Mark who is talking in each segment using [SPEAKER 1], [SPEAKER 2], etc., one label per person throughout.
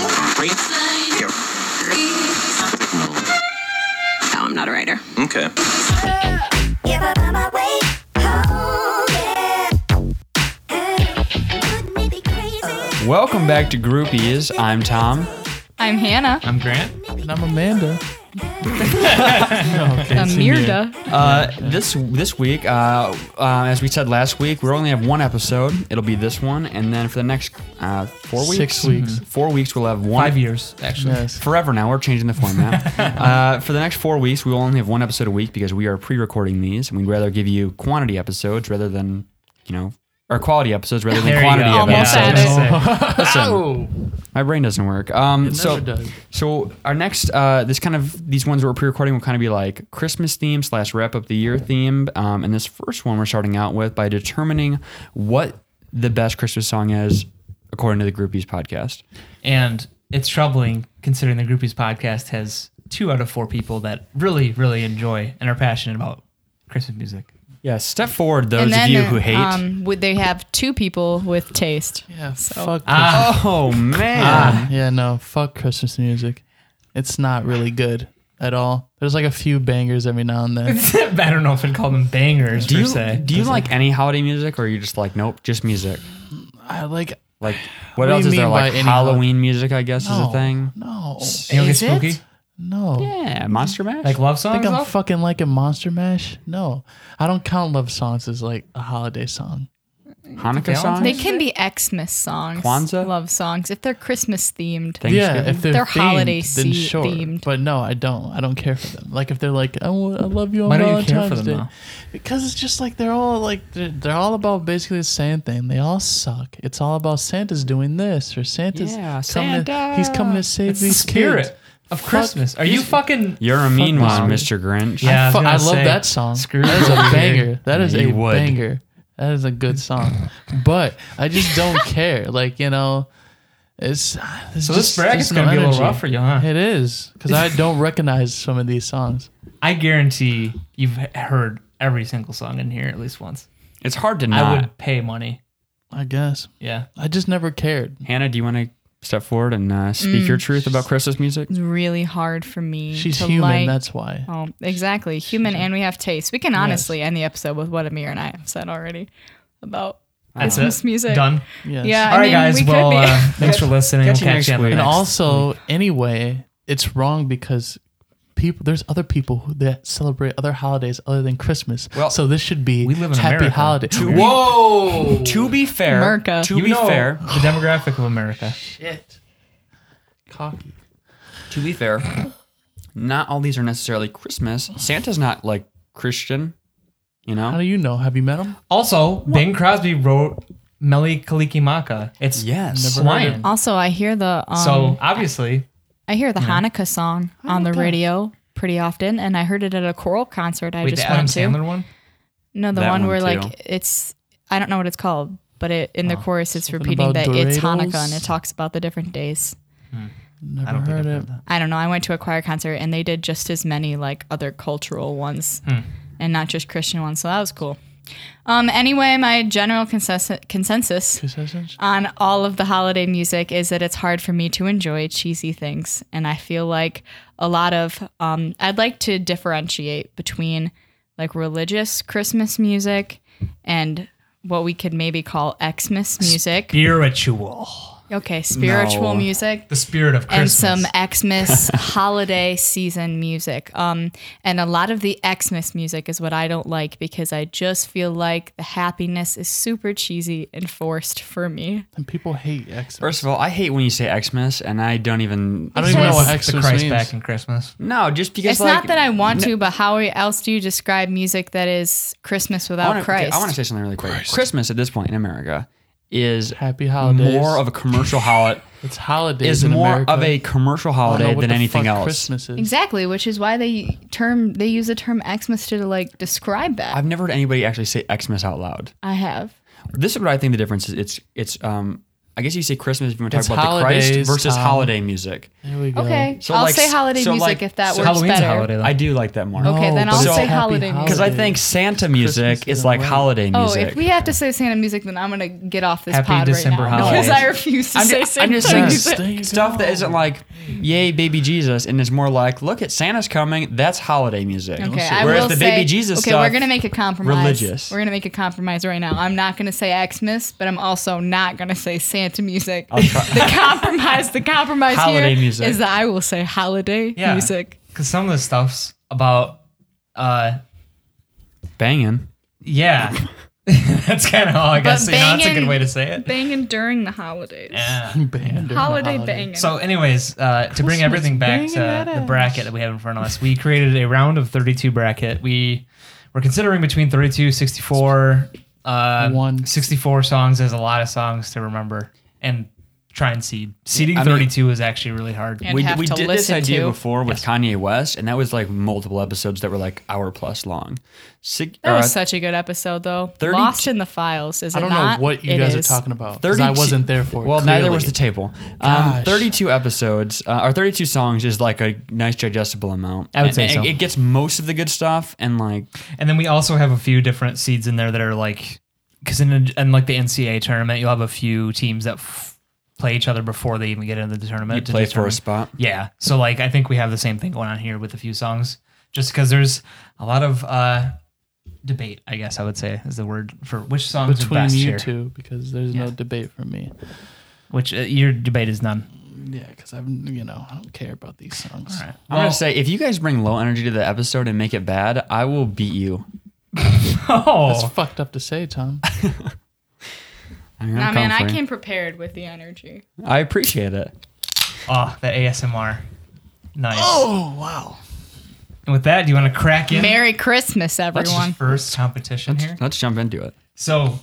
[SPEAKER 1] Three? Here. Signal.
[SPEAKER 2] No, I'm not a writer.
[SPEAKER 1] Okay.
[SPEAKER 3] Welcome back to Groupies. I'm Tom.
[SPEAKER 4] I'm Hannah.
[SPEAKER 5] I'm Grant.
[SPEAKER 6] And I'm Amanda.
[SPEAKER 4] Amirda.
[SPEAKER 3] Uh, this this week, uh, uh, as we said last week, we only have one episode. It'll be this one, and then for the next uh, four weeks, Mm-hmm.
[SPEAKER 6] Six weeks.
[SPEAKER 3] four weeks, we'll have one.
[SPEAKER 5] Five years, actually.
[SPEAKER 6] Yes.
[SPEAKER 3] Forever now, we're changing the format. uh, for the next four weeks, we will only have one episode a week because we are pre-recording these, and we'd rather give you quantity episodes rather than, you know, or quality episodes rather than
[SPEAKER 5] There you
[SPEAKER 3] quantity
[SPEAKER 5] go.
[SPEAKER 4] Almost
[SPEAKER 3] episodes.
[SPEAKER 4] at it.
[SPEAKER 6] Oh.
[SPEAKER 3] My brain doesn't work. Um, so,
[SPEAKER 6] never does.
[SPEAKER 3] so our next, uh, this kind of these ones that we're pre-recording will kind of be like Christmas theme slash wrap up the year theme. Um, and this first one we're starting out with by determining what the best Christmas song is according to the Groupies podcast.
[SPEAKER 5] And it's troubling considering the Groupies podcast has two out of four people that really, really enjoy and are passionate about Christmas music.
[SPEAKER 3] Yeah, step forward those of you who hate.
[SPEAKER 4] um, would they have two people with taste?
[SPEAKER 6] Yeah, fuck.
[SPEAKER 5] Ah,
[SPEAKER 3] oh man,
[SPEAKER 6] Christmas- yeah, no, fuck Christmas music. It's not really good at all. There's like a few bangers every now and then.
[SPEAKER 5] I don't know if I'd call them bangers
[SPEAKER 3] do
[SPEAKER 5] per
[SPEAKER 3] you
[SPEAKER 5] se.
[SPEAKER 3] do you like any holiday music, or are you just like nope, just music?
[SPEAKER 6] I like.
[SPEAKER 3] Like what,
[SPEAKER 6] What do
[SPEAKER 3] else
[SPEAKER 6] you
[SPEAKER 3] is there?
[SPEAKER 6] mean by
[SPEAKER 3] Like
[SPEAKER 6] any hol-
[SPEAKER 3] Halloween music, I guess, is a thing.
[SPEAKER 6] No,
[SPEAKER 5] And you'll get
[SPEAKER 4] Is it?
[SPEAKER 5] spooky?
[SPEAKER 6] no.
[SPEAKER 3] Yeah, Monster Mash.
[SPEAKER 5] Like love
[SPEAKER 6] I
[SPEAKER 5] songs?
[SPEAKER 6] think I'm
[SPEAKER 5] though?
[SPEAKER 6] fucking liking Monster Mash. No, I don't count love songs as like a holiday song.
[SPEAKER 3] Hanukkah songs.
[SPEAKER 4] They can be Xmas songs,
[SPEAKER 3] Kwanzaa?
[SPEAKER 4] love songs, if they're Christmas themed.
[SPEAKER 3] Thanksgiving?
[SPEAKER 6] Yeah, if they're,
[SPEAKER 4] They're
[SPEAKER 6] themed,
[SPEAKER 4] holiday
[SPEAKER 6] then
[SPEAKER 4] se-
[SPEAKER 6] sure.
[SPEAKER 4] themed.
[SPEAKER 6] But no, I don't. I don't care for them. Like if they're like, I, w- I love you on
[SPEAKER 5] Why don't you
[SPEAKER 6] Valentine's
[SPEAKER 5] care for them,
[SPEAKER 6] Day,
[SPEAKER 5] though?
[SPEAKER 6] because it's just like they're all like they're, they're all about basically the same thing. They all suck. It's all about Santa's doing this or Santa's
[SPEAKER 3] Yeah,
[SPEAKER 6] coming. To, he's coming to save
[SPEAKER 5] It's the
[SPEAKER 6] these
[SPEAKER 5] spirit
[SPEAKER 6] kids.
[SPEAKER 5] of Christmas. Are you fucking.
[SPEAKER 3] You're a mean
[SPEAKER 6] Fuck
[SPEAKER 3] one,
[SPEAKER 6] this
[SPEAKER 3] Mr. Grinch.
[SPEAKER 5] Yeah, I was
[SPEAKER 6] Fu- I
[SPEAKER 5] gonna
[SPEAKER 6] love
[SPEAKER 5] say,
[SPEAKER 6] that song.
[SPEAKER 5] screw
[SPEAKER 6] that is a
[SPEAKER 5] Grinch.
[SPEAKER 6] banger. That is
[SPEAKER 3] You
[SPEAKER 6] a
[SPEAKER 3] would.
[SPEAKER 6] banger. That is a good song. But I just don't care. Like you know, it's, uh, it's
[SPEAKER 5] So this
[SPEAKER 6] just-
[SPEAKER 5] bracket's
[SPEAKER 6] there's no
[SPEAKER 5] going to be a little
[SPEAKER 6] energy.
[SPEAKER 5] rough for you, huh?
[SPEAKER 6] It is because I don't recognize some of these songs.
[SPEAKER 5] I guarantee you've h- heard every single song in here at least once.
[SPEAKER 3] It's hard to
[SPEAKER 5] I
[SPEAKER 3] not.
[SPEAKER 5] would pay money.
[SPEAKER 6] I guess
[SPEAKER 5] Yeah.
[SPEAKER 6] I just never cared.
[SPEAKER 4] Mm,
[SPEAKER 3] Hannah, do you want to step forward and uh, speak
[SPEAKER 6] Mm.
[SPEAKER 3] your truth about Christmas music?
[SPEAKER 4] It's really hard for me.
[SPEAKER 6] She's
[SPEAKER 4] to
[SPEAKER 6] human.
[SPEAKER 4] like-
[SPEAKER 6] That's why.
[SPEAKER 4] Oh, exactly. Human, and we have taste. We can honestly end the episode with what Amir and I have said already about
[SPEAKER 5] That's
[SPEAKER 4] Christmas
[SPEAKER 5] it.
[SPEAKER 4] music.
[SPEAKER 5] Done.
[SPEAKER 6] Yes.
[SPEAKER 4] Yeah. I
[SPEAKER 5] All right,
[SPEAKER 4] mean,
[SPEAKER 5] guys.
[SPEAKER 4] we could
[SPEAKER 5] well,
[SPEAKER 4] be-
[SPEAKER 5] uh, thanks for listening. We'll
[SPEAKER 3] Catch you
[SPEAKER 5] catch
[SPEAKER 3] next
[SPEAKER 5] you on the
[SPEAKER 3] week.
[SPEAKER 6] And
[SPEAKER 5] next.
[SPEAKER 6] also, anyway, it's wrong because people there's other people who, that celebrate other holidays other than Christmas.
[SPEAKER 3] Well,
[SPEAKER 6] so this should be
[SPEAKER 5] we live in
[SPEAKER 6] happy
[SPEAKER 5] America.
[SPEAKER 6] holiday.
[SPEAKER 3] Whoa! to be fair,
[SPEAKER 4] America.
[SPEAKER 3] to
[SPEAKER 5] you
[SPEAKER 3] be
[SPEAKER 5] know
[SPEAKER 3] fair,
[SPEAKER 5] the demographic of America.
[SPEAKER 6] Shit. Cocky.
[SPEAKER 3] to be fair, not all these are necessarily Christmas. Santa's not like Christian, you
[SPEAKER 6] How
[SPEAKER 3] know.
[SPEAKER 6] do you know? Have you met him?
[SPEAKER 5] Also, Bing Crosby wrote Meli Kalikimaka. It's
[SPEAKER 3] Yes.
[SPEAKER 6] Never heard of
[SPEAKER 5] Hawaiian.
[SPEAKER 4] Also, I hear the um,
[SPEAKER 5] so obviously,
[SPEAKER 4] I hear the Hanukkah song on the radio pretty often, and I heard it at a choral concert I
[SPEAKER 5] wait,
[SPEAKER 4] just
[SPEAKER 5] the Adam
[SPEAKER 4] went to.
[SPEAKER 5] Sandler one.
[SPEAKER 4] No, the
[SPEAKER 3] That
[SPEAKER 4] one,
[SPEAKER 3] one
[SPEAKER 4] where
[SPEAKER 3] too.
[SPEAKER 4] like it's I don't know what it's called, but it in the chorus it's repeating that
[SPEAKER 6] about
[SPEAKER 4] it's Hanukkah and
[SPEAKER 6] Doritos?
[SPEAKER 4] it talks about the different days.
[SPEAKER 6] Never
[SPEAKER 5] I don't think
[SPEAKER 6] heard
[SPEAKER 5] I've
[SPEAKER 6] it.
[SPEAKER 5] heard that.
[SPEAKER 4] I don't know. I went to a choir concert and they did just as many like other cultural ones and not just Christian ones, so that was cool. Um anyway, my general consensus consensus
[SPEAKER 6] Possessions?
[SPEAKER 4] on all of the holiday music is that it's hard for me to enjoy cheesy things. And I feel like a lot of, um, I'd like to differentiate between like religious Christmas music and what we could maybe call Xmas music.
[SPEAKER 5] Spiritual.
[SPEAKER 4] Okay, spiritual
[SPEAKER 3] No.
[SPEAKER 4] music
[SPEAKER 5] The spirit of
[SPEAKER 4] and
[SPEAKER 5] Christmas.
[SPEAKER 4] some Xmas holiday season music. Um, and a lot of the Xmas music is what I don't like because I just feel like the happiness is super cheesy and forced for me.
[SPEAKER 6] And people hate Xmas.
[SPEAKER 3] First of all, I hate when you say Xmas, and I don't even.
[SPEAKER 6] I don't even know
[SPEAKER 4] Yes.
[SPEAKER 6] what
[SPEAKER 5] the
[SPEAKER 6] Xmas
[SPEAKER 5] Christ
[SPEAKER 6] means.
[SPEAKER 5] back in Christmas.
[SPEAKER 3] No, just because
[SPEAKER 4] It's
[SPEAKER 3] like,
[SPEAKER 4] not that I want to, but how else do you describe music that is Christmas without
[SPEAKER 3] I wanna, okay,
[SPEAKER 4] Christ?
[SPEAKER 3] I want to say something really quick. Christmas at this point in America is
[SPEAKER 6] Happy holidays.
[SPEAKER 3] more of a commercial holiday.
[SPEAKER 6] it's holidays
[SPEAKER 3] is
[SPEAKER 6] in
[SPEAKER 3] more
[SPEAKER 6] America.
[SPEAKER 3] of a commercial
[SPEAKER 6] I don't know
[SPEAKER 3] holiday
[SPEAKER 6] what
[SPEAKER 3] than
[SPEAKER 6] the
[SPEAKER 3] anything
[SPEAKER 6] fuck
[SPEAKER 3] else.
[SPEAKER 6] Christmas is.
[SPEAKER 4] exactly, which is why they term they use the term Xmas to like describe that.
[SPEAKER 3] I've never heard anybody actually say Xmas out loud.
[SPEAKER 4] I have.
[SPEAKER 3] This is what I think the difference is. It's it's um I guess you say Christmas if you want to talk
[SPEAKER 6] It's
[SPEAKER 3] about the
[SPEAKER 6] holidays,
[SPEAKER 3] Christ versus
[SPEAKER 6] Tom.
[SPEAKER 3] holiday music.
[SPEAKER 6] There we go.
[SPEAKER 4] Okay,
[SPEAKER 3] So,
[SPEAKER 4] I'll
[SPEAKER 3] like,
[SPEAKER 4] say holiday
[SPEAKER 3] so,
[SPEAKER 4] music
[SPEAKER 3] like,
[SPEAKER 4] if that
[SPEAKER 3] so
[SPEAKER 4] works
[SPEAKER 5] Halloween's
[SPEAKER 4] better.
[SPEAKER 5] a holiday, though.
[SPEAKER 3] I do like that more.
[SPEAKER 4] Okay, then
[SPEAKER 6] Oh, but
[SPEAKER 4] I'll
[SPEAKER 6] it's
[SPEAKER 3] say
[SPEAKER 6] happy
[SPEAKER 4] holiday music.
[SPEAKER 3] Because I think Santa music
[SPEAKER 6] Christmas
[SPEAKER 3] is
[SPEAKER 6] in
[SPEAKER 3] like
[SPEAKER 6] a way.
[SPEAKER 3] holiday
[SPEAKER 4] Oh,
[SPEAKER 3] music.
[SPEAKER 4] if we have to say Santa music, then I'm gonna get off this
[SPEAKER 5] Happy
[SPEAKER 4] pod
[SPEAKER 5] December
[SPEAKER 4] right now
[SPEAKER 5] holidays.
[SPEAKER 4] because I refuse to
[SPEAKER 3] I'm,
[SPEAKER 4] say
[SPEAKER 3] just, I'm
[SPEAKER 4] Santa
[SPEAKER 3] just saying
[SPEAKER 4] music.
[SPEAKER 6] Yes,
[SPEAKER 3] st-
[SPEAKER 6] there you
[SPEAKER 3] stuff that
[SPEAKER 6] go.
[SPEAKER 3] isn't like, yay, baby Jesus, and it's more like, look at Santa's coming. That's holiday music.
[SPEAKER 4] Okay, I
[SPEAKER 3] Whereas
[SPEAKER 4] will
[SPEAKER 3] the
[SPEAKER 4] say,
[SPEAKER 3] baby Jesus
[SPEAKER 4] Okay,
[SPEAKER 3] stuff,
[SPEAKER 4] we're gonna make a compromise.
[SPEAKER 3] religious.
[SPEAKER 4] We're gonna make a compromise right now. I'm not gonna say Xmas, but I'm also not gonna say Santa music.
[SPEAKER 3] I'll try-
[SPEAKER 4] the compromise, the compromise
[SPEAKER 3] Holiday
[SPEAKER 4] here
[SPEAKER 3] music.
[SPEAKER 4] is that I will say holiday
[SPEAKER 5] Yeah.
[SPEAKER 4] music.
[SPEAKER 5] Because some of the stuff's about, uh,
[SPEAKER 3] banging.
[SPEAKER 5] yeah. that's kind of all I
[SPEAKER 4] But
[SPEAKER 5] guess. You know, that's a
[SPEAKER 4] banging-
[SPEAKER 5] good way to say it.
[SPEAKER 4] Banging during the holidays.
[SPEAKER 5] Yeah.
[SPEAKER 6] Band or
[SPEAKER 4] Holiday
[SPEAKER 6] holiday.
[SPEAKER 4] banging.
[SPEAKER 5] So, anyways, uh, to bring
[SPEAKER 6] Christmas
[SPEAKER 5] everything back
[SPEAKER 6] banging at
[SPEAKER 5] to the
[SPEAKER 6] us.
[SPEAKER 5] bracket that we have in front of us, we created a round of 32 bracket. We were considering between 32, 64, uh,
[SPEAKER 6] One.
[SPEAKER 5] 64 songs as a lot of songs to remember and try and seed. Seeding
[SPEAKER 3] I mean-
[SPEAKER 5] 32 is actually really hard.
[SPEAKER 4] And
[SPEAKER 3] We,
[SPEAKER 4] have
[SPEAKER 3] we
[SPEAKER 4] to
[SPEAKER 3] did this
[SPEAKER 4] listen
[SPEAKER 3] idea
[SPEAKER 4] to.
[SPEAKER 3] before with Kanye West, and that was like multiple episodes that were like hour plus long. Sig-
[SPEAKER 4] that
[SPEAKER 3] or, uh,
[SPEAKER 4] was such a good episode, though.
[SPEAKER 3] 30
[SPEAKER 4] Lost in the files. Is
[SPEAKER 6] I
[SPEAKER 4] it
[SPEAKER 6] don't
[SPEAKER 4] not?
[SPEAKER 6] know what you
[SPEAKER 4] It
[SPEAKER 6] guys
[SPEAKER 4] is.
[SPEAKER 6] are talking about. Because I
[SPEAKER 3] 32
[SPEAKER 6] wasn't there for it.
[SPEAKER 3] Well, neither was the
[SPEAKER 6] clearly.
[SPEAKER 3] table. Um,
[SPEAKER 6] Gosh.
[SPEAKER 3] 32 episodes, uh, or 32 songs is like a nice digestible amount.
[SPEAKER 5] I would
[SPEAKER 3] And
[SPEAKER 5] say
[SPEAKER 3] it,
[SPEAKER 5] so.
[SPEAKER 3] It gets most of the good stuff, and like,
[SPEAKER 5] And then we also have a few different seeds in there that are like, because in, a- in like the NCAA tournament, you'll have a few teams that f- play each other before they even get into the tournament.
[SPEAKER 3] you
[SPEAKER 5] to
[SPEAKER 3] play for
[SPEAKER 5] determine-
[SPEAKER 3] a spot.
[SPEAKER 5] Yeah. So like I think we have the same thing going on here with a few songs. Just because there's a lot of uh debate, I guess I would say is the word for which songs are
[SPEAKER 6] between
[SPEAKER 5] best
[SPEAKER 6] you
[SPEAKER 5] here.
[SPEAKER 6] two because there's no debate from me.
[SPEAKER 5] Which uh, your debate is none.
[SPEAKER 6] Yeah, because I'm you know I don't care about these songs.
[SPEAKER 5] All right.
[SPEAKER 3] I'm
[SPEAKER 5] Well,
[SPEAKER 3] gonna say if you guys bring low energy to the episode and make it bad, I will beat you.
[SPEAKER 6] That's
[SPEAKER 5] oh,
[SPEAKER 6] fucked up to say, Tom.
[SPEAKER 3] I mean, I'm
[SPEAKER 4] Nah, man,
[SPEAKER 3] coming
[SPEAKER 4] I
[SPEAKER 3] for you.
[SPEAKER 4] came prepared with the energy.
[SPEAKER 3] I appreciate it.
[SPEAKER 5] oh, that ASMR. Nice.
[SPEAKER 6] oh wow.
[SPEAKER 5] And with that, do you want to crack in
[SPEAKER 4] Merry Christmas,
[SPEAKER 5] This is
[SPEAKER 4] everyone.
[SPEAKER 5] first competition here?
[SPEAKER 3] Let's jump into it.
[SPEAKER 5] So,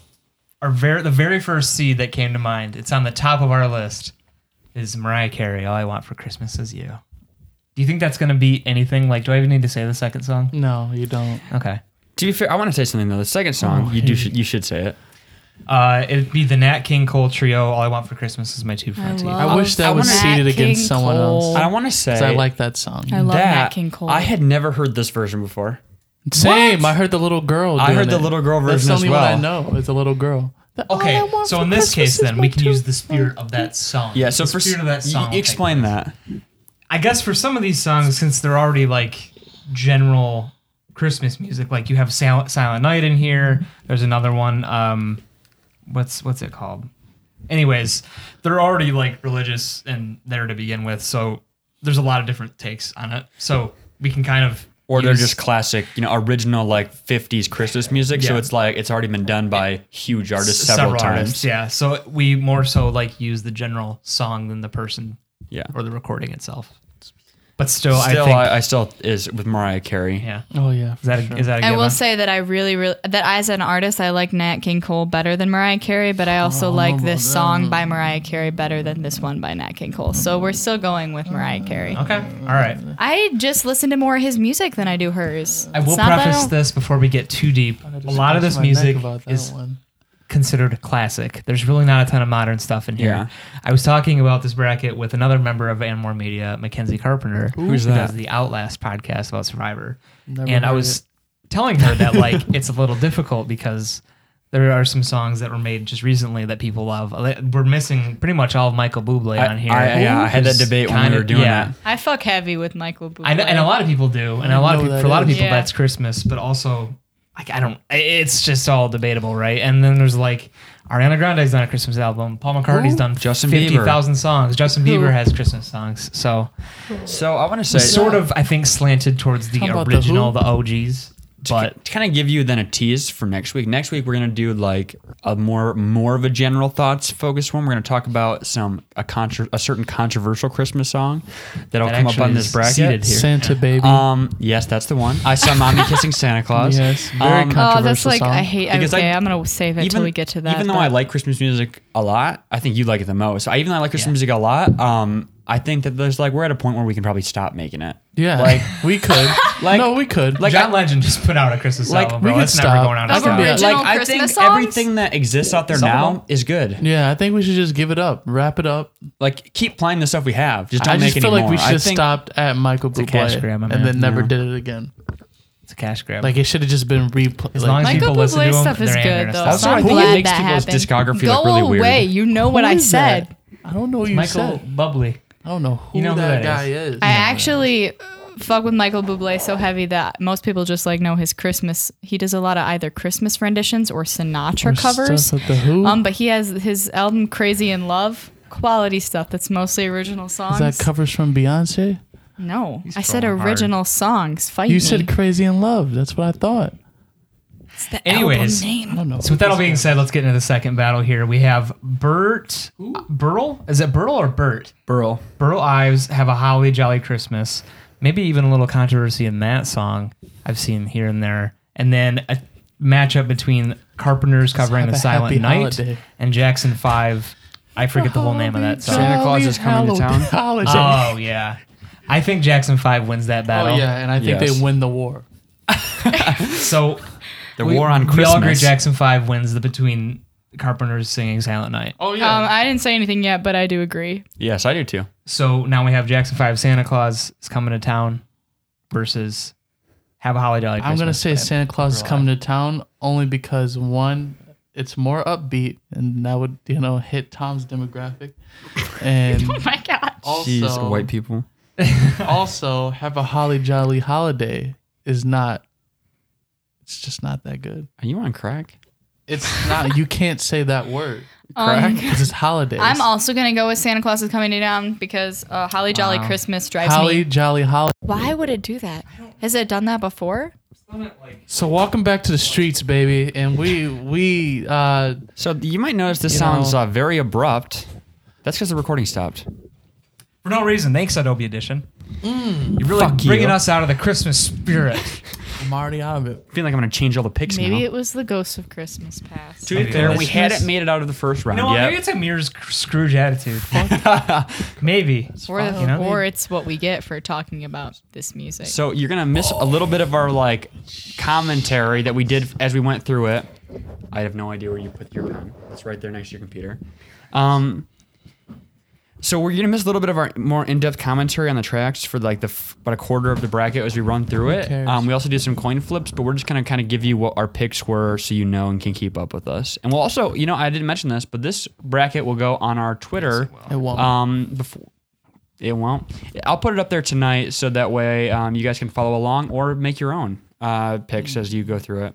[SPEAKER 5] our very the very first seed that came to mind. It's on the top of our list. Is Mariah Carey? All I want for Christmas is you. Do you think that's gonna beat anything? Like, do I even need to say the second song?
[SPEAKER 6] No, you don't.
[SPEAKER 5] Okay.
[SPEAKER 3] To be fair, I want to say something though. The second song, you do should, you should say it.
[SPEAKER 5] Uh, it'd be the Nat King Cole trio. All I want for Christmas is my two front teeth.
[SPEAKER 6] I wish that
[SPEAKER 3] I
[SPEAKER 6] was
[SPEAKER 3] wanna-
[SPEAKER 6] seated
[SPEAKER 4] Nat
[SPEAKER 6] against
[SPEAKER 4] King
[SPEAKER 6] someone
[SPEAKER 4] Cole.
[SPEAKER 6] else.
[SPEAKER 3] I want to say
[SPEAKER 6] 'Cause I like that song.
[SPEAKER 4] I love
[SPEAKER 3] that.
[SPEAKER 4] Nat King Cole.
[SPEAKER 3] I had never heard this version before.
[SPEAKER 6] Same. I heard the little girl.
[SPEAKER 3] I
[SPEAKER 6] doing
[SPEAKER 3] heard the
[SPEAKER 6] it.
[SPEAKER 3] little girl
[SPEAKER 6] That's
[SPEAKER 3] version
[SPEAKER 6] the
[SPEAKER 3] as
[SPEAKER 6] only
[SPEAKER 3] well.
[SPEAKER 6] one I know. It's a little girl. The-
[SPEAKER 5] Okay,
[SPEAKER 6] all I want
[SPEAKER 5] so
[SPEAKER 6] for
[SPEAKER 5] in this
[SPEAKER 6] Christmas
[SPEAKER 5] case,
[SPEAKER 6] is
[SPEAKER 5] then
[SPEAKER 6] my
[SPEAKER 5] we can
[SPEAKER 6] two
[SPEAKER 5] use the spirit of that song.
[SPEAKER 3] Yeah. So
[SPEAKER 5] the
[SPEAKER 3] for
[SPEAKER 5] spirit of that
[SPEAKER 3] y-
[SPEAKER 5] song. will
[SPEAKER 3] explain
[SPEAKER 5] take-
[SPEAKER 3] that.
[SPEAKER 5] I guess for some of these songs, since they're already like general Christmas music, like you have Sil- Silent Night in here. There's another one. Um, what's what's it called? Anyways, they're already like religious and there to begin with, so there's a lot of different takes on it. So we can kind of
[SPEAKER 3] Or they're
[SPEAKER 5] use-
[SPEAKER 3] just classic, you know, original like '50s Christmas music. So
[SPEAKER 5] Yeah.
[SPEAKER 3] it's like it's already been done by huge artists
[SPEAKER 5] s-
[SPEAKER 3] several, times.
[SPEAKER 5] artists, yeah. So we more so like use the general song than the person
[SPEAKER 3] Yeah.
[SPEAKER 5] or the recording itself. But still, I
[SPEAKER 3] Still,
[SPEAKER 5] think
[SPEAKER 3] I, I still is with Mariah Carey.
[SPEAKER 5] yeah.
[SPEAKER 6] Oh yeah.
[SPEAKER 5] Is that a, is that a
[SPEAKER 4] I
[SPEAKER 5] given?
[SPEAKER 4] will say that I really, really that as an artist, I like Nat King Cole better than Mariah Carey, but I also like this song by Mariah Carey better than this one by Nat King Cole. So we're still going with Mariah Carey.
[SPEAKER 5] Okay. All right.
[SPEAKER 4] I just listen to more of his music than I do hers.
[SPEAKER 5] I will
[SPEAKER 4] It's not that I
[SPEAKER 5] preface
[SPEAKER 4] don't-
[SPEAKER 5] this before we get too deep.
[SPEAKER 6] I
[SPEAKER 5] A
[SPEAKER 6] just
[SPEAKER 5] lot
[SPEAKER 6] scratched
[SPEAKER 5] of this
[SPEAKER 6] my neck
[SPEAKER 5] music
[SPEAKER 6] about that
[SPEAKER 5] is
[SPEAKER 6] one.
[SPEAKER 5] considered a classic. There's really not a ton of modern stuff in here.
[SPEAKER 3] Yeah.
[SPEAKER 5] I was talking about this bracket with another member of Anmore Media, Mackenzie Carpenter,
[SPEAKER 3] Who's
[SPEAKER 5] who
[SPEAKER 3] that?
[SPEAKER 5] does the Outlast podcast about Survivor.
[SPEAKER 6] Never
[SPEAKER 5] and I
[SPEAKER 6] heard
[SPEAKER 5] was telling her that like it's a little difficult because there are some songs that were made just recently that people love. We're missing pretty much all of Michael Bublé on here.
[SPEAKER 3] I, yeah, I had that debate when we
[SPEAKER 5] Kinda-
[SPEAKER 3] were doing
[SPEAKER 5] yeah.
[SPEAKER 3] that.
[SPEAKER 4] I fuck heavy with Michael Bublé.
[SPEAKER 5] I know, and a lot of people do, and a lot of
[SPEAKER 6] know
[SPEAKER 5] people,
[SPEAKER 6] that
[SPEAKER 5] for a lot of
[SPEAKER 6] is.
[SPEAKER 5] people,
[SPEAKER 4] Yeah.
[SPEAKER 5] that's Christmas. But also, like, I don't. It's just all debatable, right? And then there's like Ariana Grande's done a Christmas album. Paul McCartney's done
[SPEAKER 3] Justin
[SPEAKER 5] fifty
[SPEAKER 3] Bieber.
[SPEAKER 5] thousand songs. Justin Bieber has Christmas songs, so
[SPEAKER 3] So I want to say,
[SPEAKER 5] sort of, I think, slanted towards the
[SPEAKER 6] How about the
[SPEAKER 5] original,
[SPEAKER 6] Who?
[SPEAKER 5] the, OGs. But
[SPEAKER 3] to kind of give you then a tease for next week. Next week we're gonna do like a more more of a general thoughts focused one. We're gonna talk about some a contro- a certain controversial Christmas song that'll
[SPEAKER 5] That
[SPEAKER 3] come up
[SPEAKER 5] actually
[SPEAKER 3] on this
[SPEAKER 5] is
[SPEAKER 3] bracket.
[SPEAKER 5] seated here.
[SPEAKER 6] Santa baby.
[SPEAKER 3] Um, yes, that's the one. I saw mommy kissing Santa Claus.
[SPEAKER 6] yes. Very
[SPEAKER 3] Um,
[SPEAKER 6] controversial
[SPEAKER 4] Oh, that's like
[SPEAKER 6] song.
[SPEAKER 4] I hate.
[SPEAKER 3] Because
[SPEAKER 4] okay,
[SPEAKER 3] I-
[SPEAKER 4] I, am gonna save it until we get to that.
[SPEAKER 3] Even though I
[SPEAKER 4] but-
[SPEAKER 3] like Christmas music a lot, I think you like it the most. I even though I like Christmas music a lot. Um, I think that there's like we're at a point where we can probably stop making it.
[SPEAKER 6] Yeah.
[SPEAKER 3] Like
[SPEAKER 6] we could.
[SPEAKER 3] Like,
[SPEAKER 6] no, we could.
[SPEAKER 3] like
[SPEAKER 5] John
[SPEAKER 3] I-
[SPEAKER 5] Legend just put out a Christmas
[SPEAKER 3] Like,
[SPEAKER 5] album,
[SPEAKER 6] we
[SPEAKER 5] bro.
[SPEAKER 6] could
[SPEAKER 5] That's
[SPEAKER 6] stop.
[SPEAKER 5] never going out.
[SPEAKER 6] That
[SPEAKER 5] of
[SPEAKER 6] would be a-
[SPEAKER 5] style.
[SPEAKER 3] like
[SPEAKER 4] Original
[SPEAKER 3] I think
[SPEAKER 4] Christmas songs?
[SPEAKER 3] everything that exists out there
[SPEAKER 5] Some of
[SPEAKER 3] now
[SPEAKER 5] them.
[SPEAKER 3] is good.
[SPEAKER 6] yeah, I think we should just give it up, wrap it up.
[SPEAKER 3] Like keep playing the stuff we have. Just don't
[SPEAKER 6] I
[SPEAKER 3] make
[SPEAKER 6] just
[SPEAKER 3] any
[SPEAKER 6] feel like
[SPEAKER 3] more.
[SPEAKER 6] we should
[SPEAKER 3] I
[SPEAKER 6] have
[SPEAKER 3] think-
[SPEAKER 6] stopped at Michael
[SPEAKER 5] a cash
[SPEAKER 6] Bublé
[SPEAKER 5] grab, my
[SPEAKER 6] and then
[SPEAKER 5] man.
[SPEAKER 6] never
[SPEAKER 3] Yeah.
[SPEAKER 6] did it again.
[SPEAKER 5] It's a cash grab.
[SPEAKER 6] Like it should have just been replayed.
[SPEAKER 5] as long as
[SPEAKER 4] Michael
[SPEAKER 5] people listen to
[SPEAKER 4] Bublé
[SPEAKER 5] them,
[SPEAKER 4] stuff is
[SPEAKER 5] they're
[SPEAKER 4] good, though.
[SPEAKER 5] into stuff.
[SPEAKER 3] That's what
[SPEAKER 4] I'm
[SPEAKER 3] I think it
[SPEAKER 4] glad
[SPEAKER 3] makes
[SPEAKER 4] that
[SPEAKER 3] people's
[SPEAKER 4] happened.
[SPEAKER 3] discography
[SPEAKER 4] Go
[SPEAKER 3] look really weird.
[SPEAKER 4] away. You know what I said.
[SPEAKER 6] I don't know what you
[SPEAKER 5] Michael
[SPEAKER 6] said.
[SPEAKER 5] Bubbly.
[SPEAKER 6] I don't know who
[SPEAKER 5] You know who
[SPEAKER 6] that,
[SPEAKER 5] that
[SPEAKER 6] guy is.
[SPEAKER 5] is.
[SPEAKER 4] I actually uh, fuck with Michael Bublé so heavy that most people just like know his Christmas. He does a lot of either Christmas renditions or Sinatra covers.
[SPEAKER 6] Stuff with the Who.
[SPEAKER 4] Um, but he has his album Crazy in Love, quality stuff that's mostly original songs.
[SPEAKER 6] is that covers from Beyonce?
[SPEAKER 4] no, I said
[SPEAKER 5] trolling hard.
[SPEAKER 4] original songs. Fight
[SPEAKER 6] You
[SPEAKER 4] me.
[SPEAKER 6] said "Crazy in Love." That's what I thought.
[SPEAKER 5] Anyways,
[SPEAKER 6] I don't know.
[SPEAKER 5] So with that all being said, let's get into the second battle here. We have Bert Burl. Is it Burl or Bert?
[SPEAKER 3] Burl.
[SPEAKER 5] Burl Ives have a holly jolly Christmas. Maybe even a little controversy in that song I've seen here and there. And then a matchup between Carpenters covering
[SPEAKER 6] have
[SPEAKER 5] the
[SPEAKER 6] a
[SPEAKER 5] Silent
[SPEAKER 6] happy
[SPEAKER 5] Night
[SPEAKER 6] holiday.
[SPEAKER 5] and Jackson Five. I forget the whole name of that song.
[SPEAKER 3] Santa Claus is coming to town.
[SPEAKER 6] Holiday.
[SPEAKER 5] Oh yeah, I think Jackson Five wins that battle.
[SPEAKER 6] oh yeah, and I think
[SPEAKER 3] Yes.
[SPEAKER 6] they win the war.
[SPEAKER 5] So
[SPEAKER 3] The war on
[SPEAKER 5] we
[SPEAKER 3] Christmas.
[SPEAKER 5] all agree Jackson Five wins the between Carpenters singing Silent Night.
[SPEAKER 6] Oh
[SPEAKER 4] Um, I didn't say anything yet, but I do agree.
[SPEAKER 3] Yes, I do too.
[SPEAKER 5] So now we have Jackson Five Santa Claus is coming to town versus Have a Holly Jolly
[SPEAKER 6] I'm
[SPEAKER 5] Christmas.
[SPEAKER 6] gonna say Santa Claus is
[SPEAKER 5] real
[SPEAKER 6] coming to town only because one, it's more upbeat, and that would you know hit Tom's demographic, and
[SPEAKER 4] Oh my gosh.
[SPEAKER 3] Jeez,
[SPEAKER 6] also
[SPEAKER 3] white people.
[SPEAKER 6] also have a holly jolly holiday is not. It's just not that good.
[SPEAKER 3] Are you on crack?
[SPEAKER 6] It's not. you can't say that word.
[SPEAKER 4] Um,
[SPEAKER 6] This is holidays.
[SPEAKER 4] I'm also gonna go with Santa Claus is coming to town because uh, Holly Jolly Christmas drives me.
[SPEAKER 6] holly jolly holiday.
[SPEAKER 4] Why would it do that? Has it done that before?
[SPEAKER 6] So welcome back to the streets, baby, and we we uh
[SPEAKER 3] So you might notice this
[SPEAKER 6] You
[SPEAKER 3] sounds
[SPEAKER 6] know-
[SPEAKER 3] uh, very abrupt. That's because the recording stopped.
[SPEAKER 5] for no reason. Thanks, Adobe Edition. You're really
[SPEAKER 3] Fuck you.
[SPEAKER 5] bringing us out of the Christmas spirit.
[SPEAKER 6] I'm already out of it.
[SPEAKER 3] I feel like I'm gonna change all the picks
[SPEAKER 4] Maybe
[SPEAKER 3] now.
[SPEAKER 4] it was the Ghost of Christmas Past.
[SPEAKER 5] be fair,
[SPEAKER 3] we hadn't made it out of the first round
[SPEAKER 5] You know what? Maybe
[SPEAKER 3] yet.
[SPEAKER 5] it's a Mears Scrooge attitude. Maybe.
[SPEAKER 4] Or,
[SPEAKER 5] You know?
[SPEAKER 4] or it's what we get for talking about this music.
[SPEAKER 3] So you're gonna miss a little bit of our like commentary that we did as we went through it. I have no idea where you put your pen. It's right there next to your computer. Um, so we're gonna miss a little bit of our more in-depth commentary on the tracks for like the f- about a quarter of the bracket as we run through it.
[SPEAKER 6] cares?
[SPEAKER 3] Um, we also did some coin flips, but we're just gonna kind of give you what our picks were so you know and can keep up with us. And we'll also, you know, I didn't mention this, but this bracket will go on our Twitter.
[SPEAKER 6] It won't.
[SPEAKER 3] Um, before it won't. I'll put it up there tonight so that way um, you guys can follow along or make your own uh, picks as you go through it.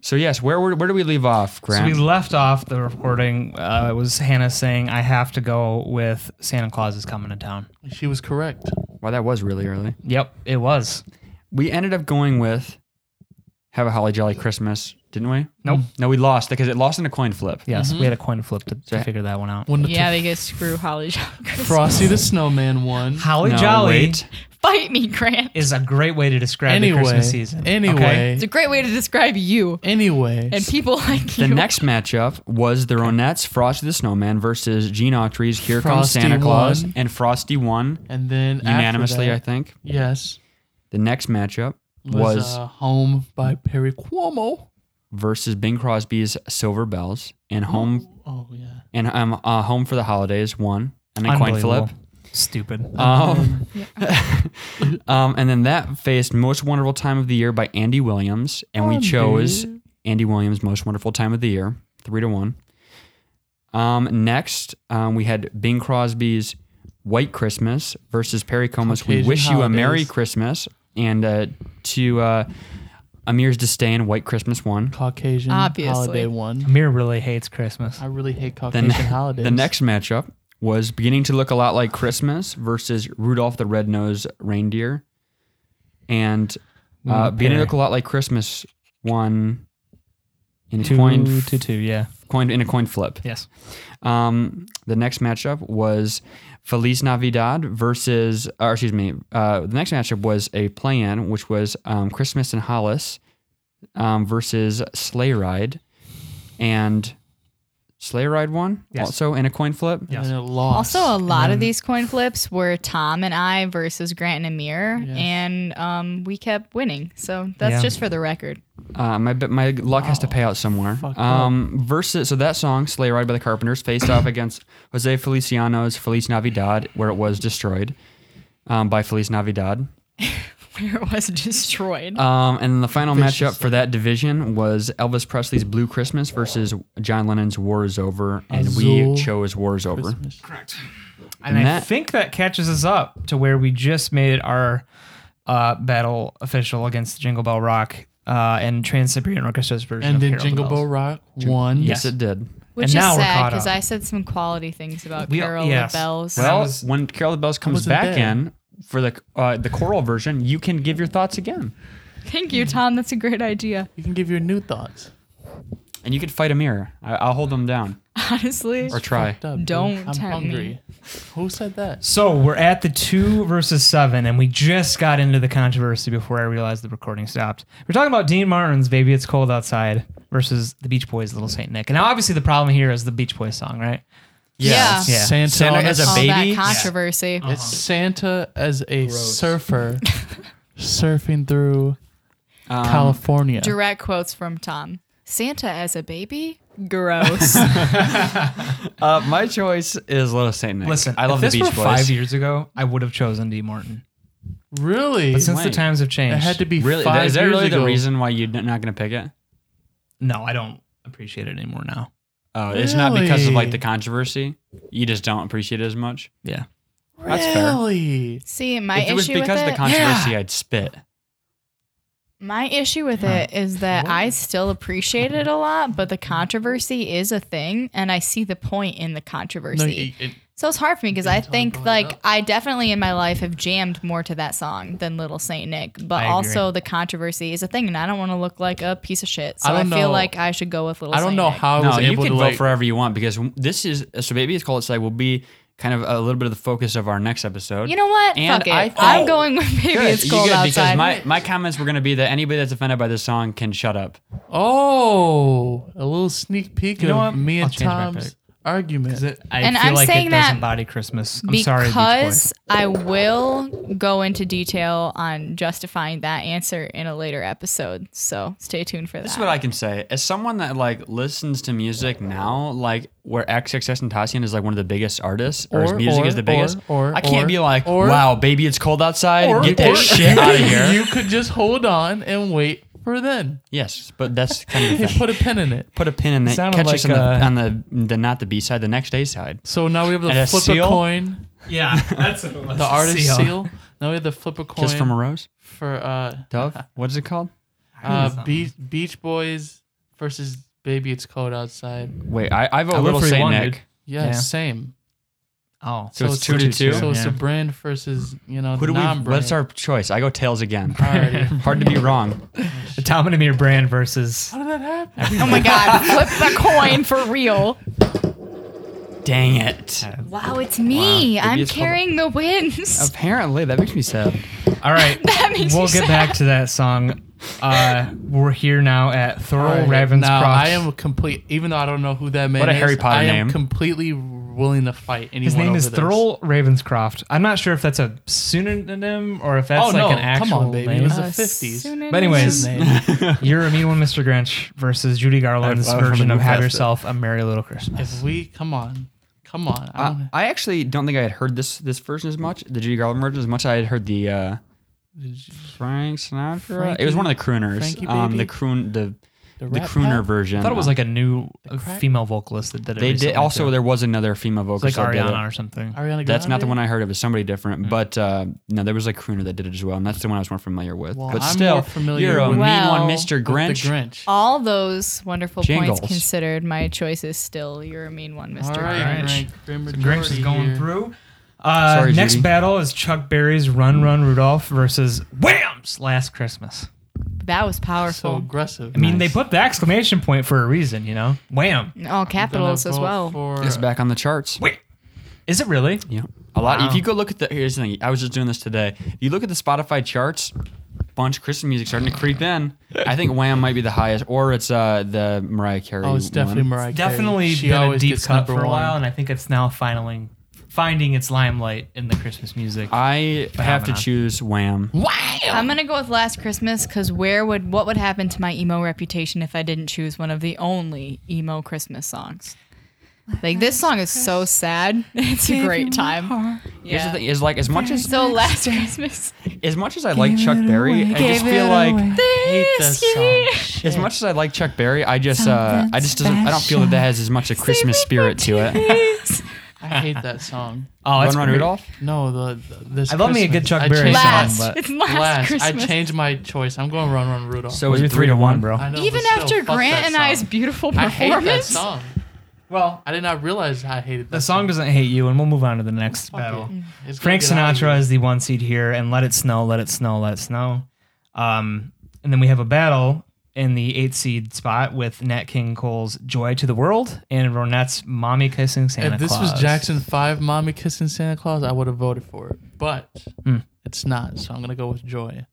[SPEAKER 3] So yes, where where, where do we leave off,
[SPEAKER 5] So
[SPEAKER 3] Graham?
[SPEAKER 5] we left off the recording. Uh, it was Hannah saying, "I have to go with Santa Claus is coming to town."
[SPEAKER 6] she was correct.
[SPEAKER 3] wow, that was really early.
[SPEAKER 5] Yep, it was.
[SPEAKER 3] We ended up going with "Have a Holly Jolly Christmas," didn't we?
[SPEAKER 5] Nope.
[SPEAKER 6] Mm-hmm.
[SPEAKER 3] No, we lost because it lost in a coin flip.
[SPEAKER 5] Yes, we had a coin flip to, to
[SPEAKER 3] So-
[SPEAKER 5] figure that one out.
[SPEAKER 6] When the
[SPEAKER 4] yeah, they get screw Holly Jolly Christmas.
[SPEAKER 6] Frosty the Snowman won.
[SPEAKER 5] Holly
[SPEAKER 3] No,
[SPEAKER 5] Jolly.
[SPEAKER 3] wait.
[SPEAKER 4] Fight me, Grant.
[SPEAKER 5] is a great way to describe the
[SPEAKER 6] Anyway,
[SPEAKER 5] Christmas season.
[SPEAKER 6] anyway,
[SPEAKER 5] okay?
[SPEAKER 4] It's a great way to describe you
[SPEAKER 6] anyway.
[SPEAKER 4] and people like
[SPEAKER 3] The
[SPEAKER 4] you.
[SPEAKER 3] next matchup was the Ronettes' Frosty the Snowman versus Gene Autry's Here
[SPEAKER 6] Frosty
[SPEAKER 3] Comes Santa Claus,
[SPEAKER 6] won.
[SPEAKER 3] and Frosty won
[SPEAKER 6] And then after
[SPEAKER 3] unanimously,
[SPEAKER 6] that,
[SPEAKER 3] I think.
[SPEAKER 6] Yes,
[SPEAKER 3] The next matchup
[SPEAKER 6] was,
[SPEAKER 3] was
[SPEAKER 6] uh, home by Perry Cuomo.
[SPEAKER 3] versus Bing Crosby's Silver Bells and Home
[SPEAKER 6] Oh yeah.
[SPEAKER 3] and um, uh, Home for the Holidays one and then coin flip.
[SPEAKER 5] Unbelievable. Stupid.
[SPEAKER 3] Um, um, and then that faced Most Wonderful Time of the Year by Andy Williams, and we
[SPEAKER 6] Andy.
[SPEAKER 3] chose Andy Williams' Most Wonderful Time of the Year, three to one. Um, next, um, we had Bing Crosby's White Christmas versus Perry Comas. We
[SPEAKER 6] Caucasian
[SPEAKER 3] wish you a Merry
[SPEAKER 6] Holidays.
[SPEAKER 3] Christmas, and uh, to uh, Amir's disdain, White Christmas one.
[SPEAKER 6] Caucasian
[SPEAKER 4] Obviously.
[SPEAKER 6] holiday one.
[SPEAKER 5] Amir really hates Christmas.
[SPEAKER 6] I really hate
[SPEAKER 3] The,
[SPEAKER 6] Caucasian
[SPEAKER 3] ne-
[SPEAKER 6] holidays.
[SPEAKER 3] the next matchup was beginning to look a lot like Christmas versus Rudolph the Red-Nosed Reindeer. And uh, beginning to look a lot like Christmas won in a
[SPEAKER 5] Two
[SPEAKER 3] coin, f-
[SPEAKER 5] to two, yeah.
[SPEAKER 3] coin in a coin flip.
[SPEAKER 5] Yes.
[SPEAKER 3] Um, the next matchup was Feliz Navidad versus, or excuse me, uh, the next matchup was a play-in, which was um, Christmas and Hollis um, versus Sleigh Ride, and sleigh ride one
[SPEAKER 5] Yes.
[SPEAKER 3] also and a coin flip.
[SPEAKER 5] Yes.
[SPEAKER 6] And it lost.
[SPEAKER 4] Also, a lot of these coin flips were Tom and I versus Grant and Amir,
[SPEAKER 6] Yes.
[SPEAKER 4] and um, we kept winning. So that's
[SPEAKER 5] Yeah.
[SPEAKER 4] just for the record.
[SPEAKER 3] Uh, my my luck has to pay out somewhere.
[SPEAKER 6] Fuck
[SPEAKER 3] Um, versus so that song "Sleigh Ride" by the Carpenters faced off against Jose Feliciano's "Feliz Navidad," where it was destroyed um, by Feliz Navidad.
[SPEAKER 4] Where it was destroyed.
[SPEAKER 3] Um, and the final matchup for that division was Elvis Presley's "Blue Christmas" versus John Lennon's "War Is Over," and we
[SPEAKER 6] Azul
[SPEAKER 3] chose "War Is Over." And
[SPEAKER 5] And, I
[SPEAKER 3] that-
[SPEAKER 5] think that catches us up to where we just made our uh, battle official against Jingle Bell Rock uh, and Trans Siberian Orchestra's
[SPEAKER 6] And
[SPEAKER 5] version of
[SPEAKER 6] did
[SPEAKER 5] Carol of the
[SPEAKER 6] Jingle Bell
[SPEAKER 5] Bells.
[SPEAKER 6] Rock won?
[SPEAKER 3] Yes, it did.
[SPEAKER 5] and
[SPEAKER 4] which is
[SPEAKER 5] now we're
[SPEAKER 4] sad
[SPEAKER 5] caught
[SPEAKER 4] because
[SPEAKER 5] up.
[SPEAKER 4] I said some quality things about
[SPEAKER 5] We-
[SPEAKER 4] Carol
[SPEAKER 5] yes.
[SPEAKER 4] the Bells.
[SPEAKER 5] Well-
[SPEAKER 3] Well,
[SPEAKER 5] was-
[SPEAKER 3] when Carol the Bells comes
[SPEAKER 6] wasn't
[SPEAKER 3] back
[SPEAKER 6] there.
[SPEAKER 3] in for the uh, the choral version, you can give your thoughts again,
[SPEAKER 4] Thank you, Tom. That's a great idea.
[SPEAKER 6] You can give your new thoughts.
[SPEAKER 3] and you could fight a mirror. I, I'll hold them down
[SPEAKER 4] Honestly,
[SPEAKER 3] or try.
[SPEAKER 6] Fucked up, dude.
[SPEAKER 4] Don't
[SPEAKER 6] I'm
[SPEAKER 4] tempt
[SPEAKER 6] hungry. Who said that?
[SPEAKER 5] So we're at the two versus seven, and we just got into the controversy before I realized the recording stopped. We're talking about Dean Martin's "Baby It's Cold Outside" versus the Beach Boys' "Little Saint Nick." And now, obviously, the problem here is the Beach Boys song, right?
[SPEAKER 4] Yeah.
[SPEAKER 6] It's
[SPEAKER 5] Yeah.
[SPEAKER 6] Santa,
[SPEAKER 3] Santa
[SPEAKER 6] on
[SPEAKER 3] as a
[SPEAKER 4] all
[SPEAKER 3] baby?
[SPEAKER 4] that
[SPEAKER 3] Yeah.
[SPEAKER 4] controversy.
[SPEAKER 6] It's Santa as a surfer surfing through
[SPEAKER 3] Um,
[SPEAKER 6] California.
[SPEAKER 4] Direct quotes from Tom. Santa as a baby? Gross.
[SPEAKER 3] Uh, my choice is Little Saint Nick.
[SPEAKER 5] Listen,
[SPEAKER 3] I love
[SPEAKER 5] if
[SPEAKER 3] the
[SPEAKER 5] this
[SPEAKER 3] Beach
[SPEAKER 5] were
[SPEAKER 3] Boys.
[SPEAKER 5] Five years ago, I would have chosen Dean Martin,
[SPEAKER 6] really?
[SPEAKER 5] but since
[SPEAKER 3] Wait.
[SPEAKER 5] the times have
[SPEAKER 6] it
[SPEAKER 5] changed,
[SPEAKER 6] had to be
[SPEAKER 3] Really,
[SPEAKER 6] five
[SPEAKER 3] is that
[SPEAKER 6] years
[SPEAKER 3] really
[SPEAKER 6] ago.
[SPEAKER 3] the reason why you're not going to pick it?
[SPEAKER 5] no, I don't appreciate it anymore now.
[SPEAKER 3] Oh, it's not because of
[SPEAKER 6] Really?
[SPEAKER 3] like the controversy. You just don't appreciate it as much.
[SPEAKER 5] Yeah,
[SPEAKER 3] That's fair.
[SPEAKER 6] Really?
[SPEAKER 4] See, my
[SPEAKER 3] if it was
[SPEAKER 4] issue with
[SPEAKER 3] because of the
[SPEAKER 4] it.
[SPEAKER 3] controversy, I'd spit.
[SPEAKER 4] My issue with it is that I still appreciate it a lot, but the controversy is a thing, and I see the point in the
[SPEAKER 6] No,
[SPEAKER 4] controversy.
[SPEAKER 6] it- it-
[SPEAKER 4] so it's hard for me because I think,
[SPEAKER 6] brought it
[SPEAKER 4] like,
[SPEAKER 6] up.
[SPEAKER 4] I definitely in my life have jammed more to that song than Little Saint Nick, but
[SPEAKER 5] I agree.
[SPEAKER 4] also the controversy is a thing, and I don't want to look like a piece of shit. So
[SPEAKER 6] I
[SPEAKER 4] I,
[SPEAKER 6] don't
[SPEAKER 4] feel
[SPEAKER 6] know-
[SPEAKER 4] like I should go with Little
[SPEAKER 6] I don't
[SPEAKER 4] Saint
[SPEAKER 6] know
[SPEAKER 4] Nick.
[SPEAKER 6] how I was
[SPEAKER 3] No, you
[SPEAKER 6] able
[SPEAKER 3] can
[SPEAKER 6] to
[SPEAKER 3] vote
[SPEAKER 6] like,
[SPEAKER 3] forever you want because this is so. Maybe it's called side will be kind of a little bit of the focus of our next episode.
[SPEAKER 4] You know what?
[SPEAKER 3] And
[SPEAKER 4] Fuck it.
[SPEAKER 3] I
[SPEAKER 4] I
[SPEAKER 3] think-
[SPEAKER 4] am going with Baby
[SPEAKER 3] Good,
[SPEAKER 4] It's
[SPEAKER 3] you
[SPEAKER 4] Cold
[SPEAKER 3] good,
[SPEAKER 4] Outside.
[SPEAKER 3] because my, my comments were going to be that anybody that's offended by this song can shut up.
[SPEAKER 6] oh, a little sneak peek
[SPEAKER 5] know
[SPEAKER 6] of
[SPEAKER 5] what?
[SPEAKER 6] me
[SPEAKER 5] I'll
[SPEAKER 6] and
[SPEAKER 5] change my
[SPEAKER 6] Tom's
[SPEAKER 5] pick.
[SPEAKER 6] argument.
[SPEAKER 5] I
[SPEAKER 4] And
[SPEAKER 5] feel
[SPEAKER 4] I'm
[SPEAKER 5] like
[SPEAKER 4] saying
[SPEAKER 5] it does
[SPEAKER 4] that
[SPEAKER 5] embody Christmas. I'm
[SPEAKER 4] because
[SPEAKER 5] sorry, Beach Boys.
[SPEAKER 4] I will go into detail on justifying that answer in a later episode. So stay tuned for that.
[SPEAKER 3] This is what I can say. As someone that like listens to music now, like where XXX and Tassian is like one of the biggest artists, or, his
[SPEAKER 6] Or-
[SPEAKER 3] music
[SPEAKER 6] or-
[SPEAKER 3] is the biggest,
[SPEAKER 6] or- or-
[SPEAKER 3] I can't
[SPEAKER 6] or-
[SPEAKER 3] be like,
[SPEAKER 6] or-
[SPEAKER 3] wow, baby, it's cold outside.
[SPEAKER 6] or-
[SPEAKER 3] Get that
[SPEAKER 6] or-
[SPEAKER 3] shit out of here.
[SPEAKER 6] You could just hold on and wait for then.
[SPEAKER 3] yes, but that's kind of the
[SPEAKER 6] Hey,
[SPEAKER 3] thing.
[SPEAKER 6] put a pin in it.
[SPEAKER 3] Put a pin in that.
[SPEAKER 5] Sounded
[SPEAKER 3] Catch us on,
[SPEAKER 5] like,
[SPEAKER 3] the,
[SPEAKER 5] uh,
[SPEAKER 3] on the the not the B side, the next A side.
[SPEAKER 6] So now we have
[SPEAKER 3] And
[SPEAKER 6] to
[SPEAKER 3] a
[SPEAKER 6] flip
[SPEAKER 3] seal?
[SPEAKER 6] a coin.
[SPEAKER 5] yeah, that's what it was.
[SPEAKER 6] The artist seal. Now we have to flip a coin
[SPEAKER 3] Kiss from a rose,
[SPEAKER 6] for uh,
[SPEAKER 3] dove. What is it called?
[SPEAKER 6] uh Beach, Beach Boys versus Baby It's Cold Outside.
[SPEAKER 3] Wait, I, I vote
[SPEAKER 5] I vote
[SPEAKER 3] Little
[SPEAKER 5] for
[SPEAKER 3] Saint
[SPEAKER 5] one,
[SPEAKER 3] Nick.
[SPEAKER 5] dude.
[SPEAKER 6] Yeah,
[SPEAKER 5] Yeah.
[SPEAKER 6] same.
[SPEAKER 5] Oh,
[SPEAKER 3] So it's two to two.
[SPEAKER 6] So it's
[SPEAKER 5] yeah.
[SPEAKER 6] the brand versus you know
[SPEAKER 3] Who
[SPEAKER 6] the
[SPEAKER 3] do we?
[SPEAKER 6] non-brand.
[SPEAKER 3] What's our choice? I go tails again.
[SPEAKER 6] Alrighty.
[SPEAKER 3] Hard to be wrong.
[SPEAKER 5] the Tom and Amir brand versus
[SPEAKER 6] How did that happen?
[SPEAKER 4] oh my God. Flip the coin for real.
[SPEAKER 3] Dang it.
[SPEAKER 4] Wow, it's me.
[SPEAKER 3] Wow. Maybe
[SPEAKER 4] I'm
[SPEAKER 3] it's called-
[SPEAKER 4] carrying the wins.
[SPEAKER 3] Apparently, that makes me sad.
[SPEAKER 5] All right.
[SPEAKER 4] That makes
[SPEAKER 5] we'll
[SPEAKER 4] me
[SPEAKER 5] get
[SPEAKER 4] sad.
[SPEAKER 5] back to that song. Uh, we're here now at Thurl
[SPEAKER 6] Alright,
[SPEAKER 5] Ravenscroft.
[SPEAKER 6] Now I am complete. Even though I don't know who that man
[SPEAKER 3] What a
[SPEAKER 6] is,
[SPEAKER 3] Harry Potter
[SPEAKER 6] I am
[SPEAKER 3] name.
[SPEAKER 6] completely willing to fight anyone.
[SPEAKER 5] His name
[SPEAKER 6] over
[SPEAKER 5] is
[SPEAKER 6] this.
[SPEAKER 5] Thurl Ravenscroft. I'm not sure if that's a pseudonym or if that's
[SPEAKER 6] Oh
[SPEAKER 5] like
[SPEAKER 6] no!
[SPEAKER 5] an actual
[SPEAKER 6] Come on, baby. It
[SPEAKER 5] name.
[SPEAKER 6] was the
[SPEAKER 4] Uh,
[SPEAKER 6] fifties.
[SPEAKER 4] soon
[SPEAKER 5] But
[SPEAKER 4] it
[SPEAKER 5] anyways,
[SPEAKER 4] is.
[SPEAKER 5] you're a mean one, Mr. Grinch, versus Judy Garland's
[SPEAKER 3] I'd love
[SPEAKER 5] version
[SPEAKER 3] to
[SPEAKER 5] of
[SPEAKER 3] move
[SPEAKER 5] "Have
[SPEAKER 3] past it.
[SPEAKER 5] Yourself a Merry Little Christmas."
[SPEAKER 6] If we come on, come on. I
[SPEAKER 3] I,
[SPEAKER 6] don't,
[SPEAKER 3] I actually don't think I had heard this this version as much, the Judy Garland version as much. as I had heard the uh, Frank Sinatra. it was one of the crooners.
[SPEAKER 6] Frankie
[SPEAKER 3] um, the
[SPEAKER 6] Baby?
[SPEAKER 3] croon the the,
[SPEAKER 6] Rat
[SPEAKER 3] crooner
[SPEAKER 6] Pack?
[SPEAKER 3] version. Um,
[SPEAKER 5] I thought it was like a new
[SPEAKER 6] crack?
[SPEAKER 5] female vocalist that did it.
[SPEAKER 3] they did.
[SPEAKER 5] recently,
[SPEAKER 3] Also,
[SPEAKER 5] too.
[SPEAKER 3] there was another female
[SPEAKER 5] It's like
[SPEAKER 3] vocalist. that did
[SPEAKER 5] Ariana
[SPEAKER 3] it.
[SPEAKER 5] or something.
[SPEAKER 6] Ariana
[SPEAKER 3] That's not the one
[SPEAKER 6] Grande?
[SPEAKER 3] I heard. It was somebody different. But uh, no, there was like crooner that did it as well, and that's the one I was more familiar with.
[SPEAKER 6] Well,
[SPEAKER 3] but
[SPEAKER 6] I'm
[SPEAKER 3] still,
[SPEAKER 6] more familiar
[SPEAKER 3] you're a
[SPEAKER 6] with-
[SPEAKER 3] mean
[SPEAKER 4] Well,
[SPEAKER 3] one, Mr.
[SPEAKER 6] With the
[SPEAKER 3] Grinch.
[SPEAKER 5] Oh.
[SPEAKER 6] Grinch.
[SPEAKER 4] All those wonderful
[SPEAKER 3] Jingles.
[SPEAKER 4] points considered, my choice is still you're a mean one, Mr.
[SPEAKER 6] All
[SPEAKER 4] Grinch.
[SPEAKER 6] right, Grinch.
[SPEAKER 5] Grinch.
[SPEAKER 6] Grim
[SPEAKER 5] So Grinch is
[SPEAKER 6] majority
[SPEAKER 5] going
[SPEAKER 6] here.
[SPEAKER 5] through. Uh,
[SPEAKER 3] Sorry,
[SPEAKER 5] next
[SPEAKER 3] Judy.
[SPEAKER 5] battle is Chuck Berry's "Run Run Rudolph" versus Wham's "Last Christmas."
[SPEAKER 4] That was
[SPEAKER 6] So
[SPEAKER 4] powerful.
[SPEAKER 6] aggressive.
[SPEAKER 5] I mean, they put the exclamation point for a reason, you know. Wham!
[SPEAKER 4] All Oh, capitals as well.
[SPEAKER 3] It's back on the charts.
[SPEAKER 5] Wait, is it really?
[SPEAKER 3] Yeah. A lot.
[SPEAKER 5] Wow.
[SPEAKER 3] If you go look at the here's the thing. I was just doing this today. If you look at the Spotify charts, bunch of Christmas music starting to creep in. I think Wham might be the highest, or it's uh, the Mariah Carey.
[SPEAKER 6] Oh, it's definitely
[SPEAKER 3] one.
[SPEAKER 6] Mariah. Carey.
[SPEAKER 5] Definitely
[SPEAKER 6] she
[SPEAKER 5] been a
[SPEAKER 6] always
[SPEAKER 5] deep
[SPEAKER 6] gets
[SPEAKER 5] cut
[SPEAKER 6] number
[SPEAKER 5] for a
[SPEAKER 6] one.
[SPEAKER 5] while, and I think it's now finally finding its limelight in the Christmas music.
[SPEAKER 3] Uh, I have to
[SPEAKER 5] Phenomenon.
[SPEAKER 3] choose Wham.
[SPEAKER 4] I'm gonna go with Last Christmas because where would what would happen to my emo reputation if I didn't choose one of the only emo Christmas songs? Like this song is so sad. It's a great time.
[SPEAKER 3] Here's the
[SPEAKER 4] Yeah.
[SPEAKER 3] thing: is like as much as
[SPEAKER 4] So Last Christmas.
[SPEAKER 3] as much as I like Chuck Berry, I just feel like
[SPEAKER 6] Hate this song.
[SPEAKER 3] as much as I like Chuck Berry, I just uh, I just doesn't I don't feel that that has as much a Christmas spirit to it.
[SPEAKER 6] I hate that song.
[SPEAKER 5] oh,
[SPEAKER 3] Run
[SPEAKER 5] it's
[SPEAKER 3] Run
[SPEAKER 5] great.
[SPEAKER 3] Rudolph.
[SPEAKER 6] No, the, the this.
[SPEAKER 5] I love me a good
[SPEAKER 6] Christmas,
[SPEAKER 5] Chuck
[SPEAKER 6] I
[SPEAKER 5] Berry
[SPEAKER 6] changed-
[SPEAKER 5] song,
[SPEAKER 4] Last.
[SPEAKER 5] but
[SPEAKER 4] It's Last,
[SPEAKER 6] Last. I
[SPEAKER 4] Christmas.
[SPEAKER 6] changed my choice. I'm going Run Run Rudolph.
[SPEAKER 3] So it's three to one, bro.
[SPEAKER 6] I know,
[SPEAKER 4] Even
[SPEAKER 6] but still,
[SPEAKER 4] after
[SPEAKER 6] fuck
[SPEAKER 4] Grant
[SPEAKER 6] that
[SPEAKER 4] and I's
[SPEAKER 6] song.
[SPEAKER 4] beautiful
[SPEAKER 6] I
[SPEAKER 4] performance.
[SPEAKER 6] hate that song.
[SPEAKER 5] Well,
[SPEAKER 6] I did not realize I hated that
[SPEAKER 5] the song doesn't hate you, and we'll move on to the next
[SPEAKER 6] Fuck
[SPEAKER 5] battle.
[SPEAKER 6] it. Mm. It's gonna
[SPEAKER 5] Frank
[SPEAKER 6] get out of
[SPEAKER 5] Sinatra
[SPEAKER 6] here.
[SPEAKER 5] is the one seed here, and Let It Snow, Let It Snow, Let It Snow. Um, and then we have a battle in the eight seed spot with Nat King Cole's Joy to the World and Ronette's Mommy Kissing Santa
[SPEAKER 6] If this
[SPEAKER 5] Claus.
[SPEAKER 6] was Jackson Five, "Mommy Kissing Santa Claus," I would have voted for it, but
[SPEAKER 5] Hmm.
[SPEAKER 6] it's not. So I'm gonna go with Joy.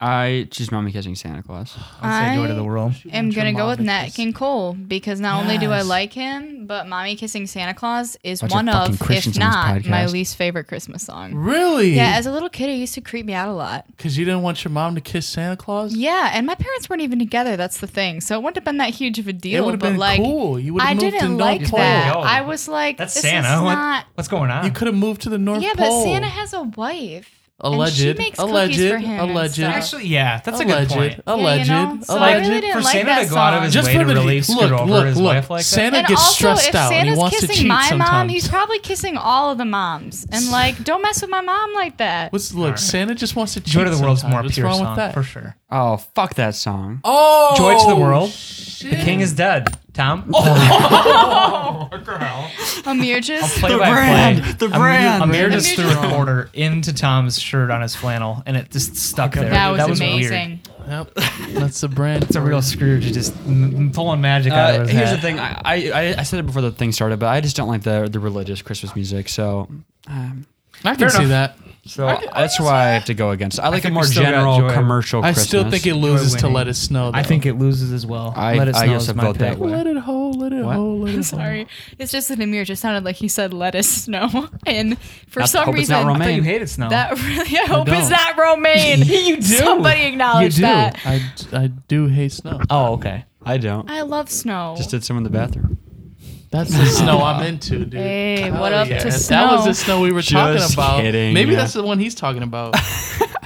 [SPEAKER 3] I choose Mommy Kissing Santa Claus.
[SPEAKER 5] I'd say Joy to
[SPEAKER 4] I-
[SPEAKER 5] the World.
[SPEAKER 4] I'm gonna go with Nat
[SPEAKER 6] that.
[SPEAKER 4] King Cole because not only do I
[SPEAKER 6] Yes.
[SPEAKER 4] like him, but "Mommy Kissing Santa Claus" is
[SPEAKER 3] Bunch of
[SPEAKER 4] one
[SPEAKER 3] fucking
[SPEAKER 4] of,
[SPEAKER 3] Christians
[SPEAKER 4] if
[SPEAKER 3] on this
[SPEAKER 4] not my
[SPEAKER 3] podcast.
[SPEAKER 4] least favorite Christmas song.
[SPEAKER 6] Really?
[SPEAKER 4] Yeah, as a little kid, it used to creep me out a lot.
[SPEAKER 6] Because you didn't want your mom to kiss Santa Claus.
[SPEAKER 4] Yeah, and my parents weren't even together. That's the thing. So it wouldn't have been that huge of a
[SPEAKER 6] it
[SPEAKER 4] deal.
[SPEAKER 6] would have
[SPEAKER 4] but
[SPEAKER 6] been
[SPEAKER 4] like,
[SPEAKER 6] cool. You would
[SPEAKER 4] I
[SPEAKER 6] have moved
[SPEAKER 4] didn't
[SPEAKER 6] to North
[SPEAKER 4] like
[SPEAKER 6] Pole.
[SPEAKER 4] that.
[SPEAKER 5] Yo,
[SPEAKER 4] I was like,
[SPEAKER 5] That's
[SPEAKER 4] this
[SPEAKER 5] Santa.
[SPEAKER 4] is
[SPEAKER 5] What-
[SPEAKER 4] not.
[SPEAKER 5] what's going on?
[SPEAKER 6] You could have moved to the North
[SPEAKER 4] Yeah, but
[SPEAKER 6] Pole.
[SPEAKER 4] Santa has a wife.
[SPEAKER 6] Alleged.
[SPEAKER 4] And she makes cookies
[SPEAKER 6] Alleged.
[SPEAKER 4] for him and
[SPEAKER 6] Alleged.
[SPEAKER 4] stuff.
[SPEAKER 5] Actually, yeah, that's
[SPEAKER 6] alleged.
[SPEAKER 5] a good point.
[SPEAKER 6] Alleged.
[SPEAKER 4] Yeah, you know? So I
[SPEAKER 6] alleged.
[SPEAKER 4] really didn't
[SPEAKER 5] for
[SPEAKER 4] like
[SPEAKER 5] Santa
[SPEAKER 4] that
[SPEAKER 5] to go out of
[SPEAKER 4] song.
[SPEAKER 5] his
[SPEAKER 6] Just
[SPEAKER 5] way
[SPEAKER 6] for
[SPEAKER 5] to
[SPEAKER 6] the
[SPEAKER 5] really
[SPEAKER 6] look,
[SPEAKER 5] screw over
[SPEAKER 6] look,
[SPEAKER 5] his
[SPEAKER 6] look.
[SPEAKER 5] wife like
[SPEAKER 6] Santa
[SPEAKER 4] and
[SPEAKER 6] gets
[SPEAKER 4] also,
[SPEAKER 6] stressed
[SPEAKER 4] if
[SPEAKER 6] out and
[SPEAKER 4] Santa's
[SPEAKER 6] he wants to
[SPEAKER 4] kissing
[SPEAKER 6] cheat
[SPEAKER 4] my
[SPEAKER 6] sometimes.
[SPEAKER 4] mom, he's probably kissing all of the moms. And like, don't mess with my mom like that.
[SPEAKER 6] What's look? Santa just wants to
[SPEAKER 5] that?
[SPEAKER 6] cheat.
[SPEAKER 5] Joy to the World's more
[SPEAKER 6] sometimes. What's
[SPEAKER 5] pure
[SPEAKER 6] wrong
[SPEAKER 5] song
[SPEAKER 6] with that?
[SPEAKER 5] for sure.
[SPEAKER 3] Oh fuck that song!
[SPEAKER 6] Oh,
[SPEAKER 5] Joy to the World.
[SPEAKER 6] shit.
[SPEAKER 5] The King is dead. Tom.
[SPEAKER 6] Oh,
[SPEAKER 4] Amir just
[SPEAKER 5] play
[SPEAKER 3] The
[SPEAKER 5] by
[SPEAKER 3] brand,
[SPEAKER 5] play.
[SPEAKER 3] the
[SPEAKER 5] Amir-
[SPEAKER 3] brand.
[SPEAKER 5] Amir
[SPEAKER 4] Amir
[SPEAKER 5] just threw
[SPEAKER 4] just-
[SPEAKER 5] a quarter into Tom's shirt on his flannel, and it just stuck there.
[SPEAKER 4] that was,
[SPEAKER 5] weird.
[SPEAKER 4] amazing.
[SPEAKER 6] Yep. That's the brand.
[SPEAKER 5] It's a real Scrooge, just m- pulling magic out
[SPEAKER 3] Uh,
[SPEAKER 5] of his
[SPEAKER 3] here's
[SPEAKER 5] hat.
[SPEAKER 3] the thing: I, I I- I said it before the thing started, but I just don't like the the religious Christmas music. So
[SPEAKER 6] I can see that.
[SPEAKER 3] so that's why I have to go against. it. I like a
[SPEAKER 5] think
[SPEAKER 3] more
[SPEAKER 5] we still got
[SPEAKER 3] general
[SPEAKER 5] Joy.
[SPEAKER 3] commercial.
[SPEAKER 6] I
[SPEAKER 3] Christmas.
[SPEAKER 6] still think it loses to
[SPEAKER 5] winning.
[SPEAKER 6] Let It Snow. Though.
[SPEAKER 5] I think it loses as well.
[SPEAKER 3] I-
[SPEAKER 5] Let it
[SPEAKER 3] I
[SPEAKER 5] snow
[SPEAKER 3] guess
[SPEAKER 5] is
[SPEAKER 3] I
[SPEAKER 5] my
[SPEAKER 3] felt
[SPEAKER 5] pick.
[SPEAKER 3] that way.
[SPEAKER 6] Let it hold, let it
[SPEAKER 3] What?
[SPEAKER 6] hold, let it hold.
[SPEAKER 4] Sorry. It's just that Amir just sounded like he said let us snow. And for
[SPEAKER 3] Not-
[SPEAKER 4] some
[SPEAKER 3] hope it's
[SPEAKER 4] reason
[SPEAKER 3] not
[SPEAKER 5] I thought
[SPEAKER 3] romantic.
[SPEAKER 5] you hated snow.
[SPEAKER 4] that really I hope it's
[SPEAKER 6] don't.
[SPEAKER 4] not romaine. you do. Somebody acknowledge
[SPEAKER 5] do.
[SPEAKER 4] that.
[SPEAKER 6] I, I do hate snow.
[SPEAKER 5] oh, okay.
[SPEAKER 3] I don't.
[SPEAKER 4] I love snow.
[SPEAKER 3] Just did some in the bathroom.
[SPEAKER 6] That's the snow I'm into, dude.
[SPEAKER 4] Hey, what up
[SPEAKER 6] Yeah,
[SPEAKER 4] to
[SPEAKER 6] that
[SPEAKER 4] snow?
[SPEAKER 6] was the snow we were
[SPEAKER 3] Just
[SPEAKER 6] talking about.
[SPEAKER 3] kidding.
[SPEAKER 6] Maybe that's the one he's talking about.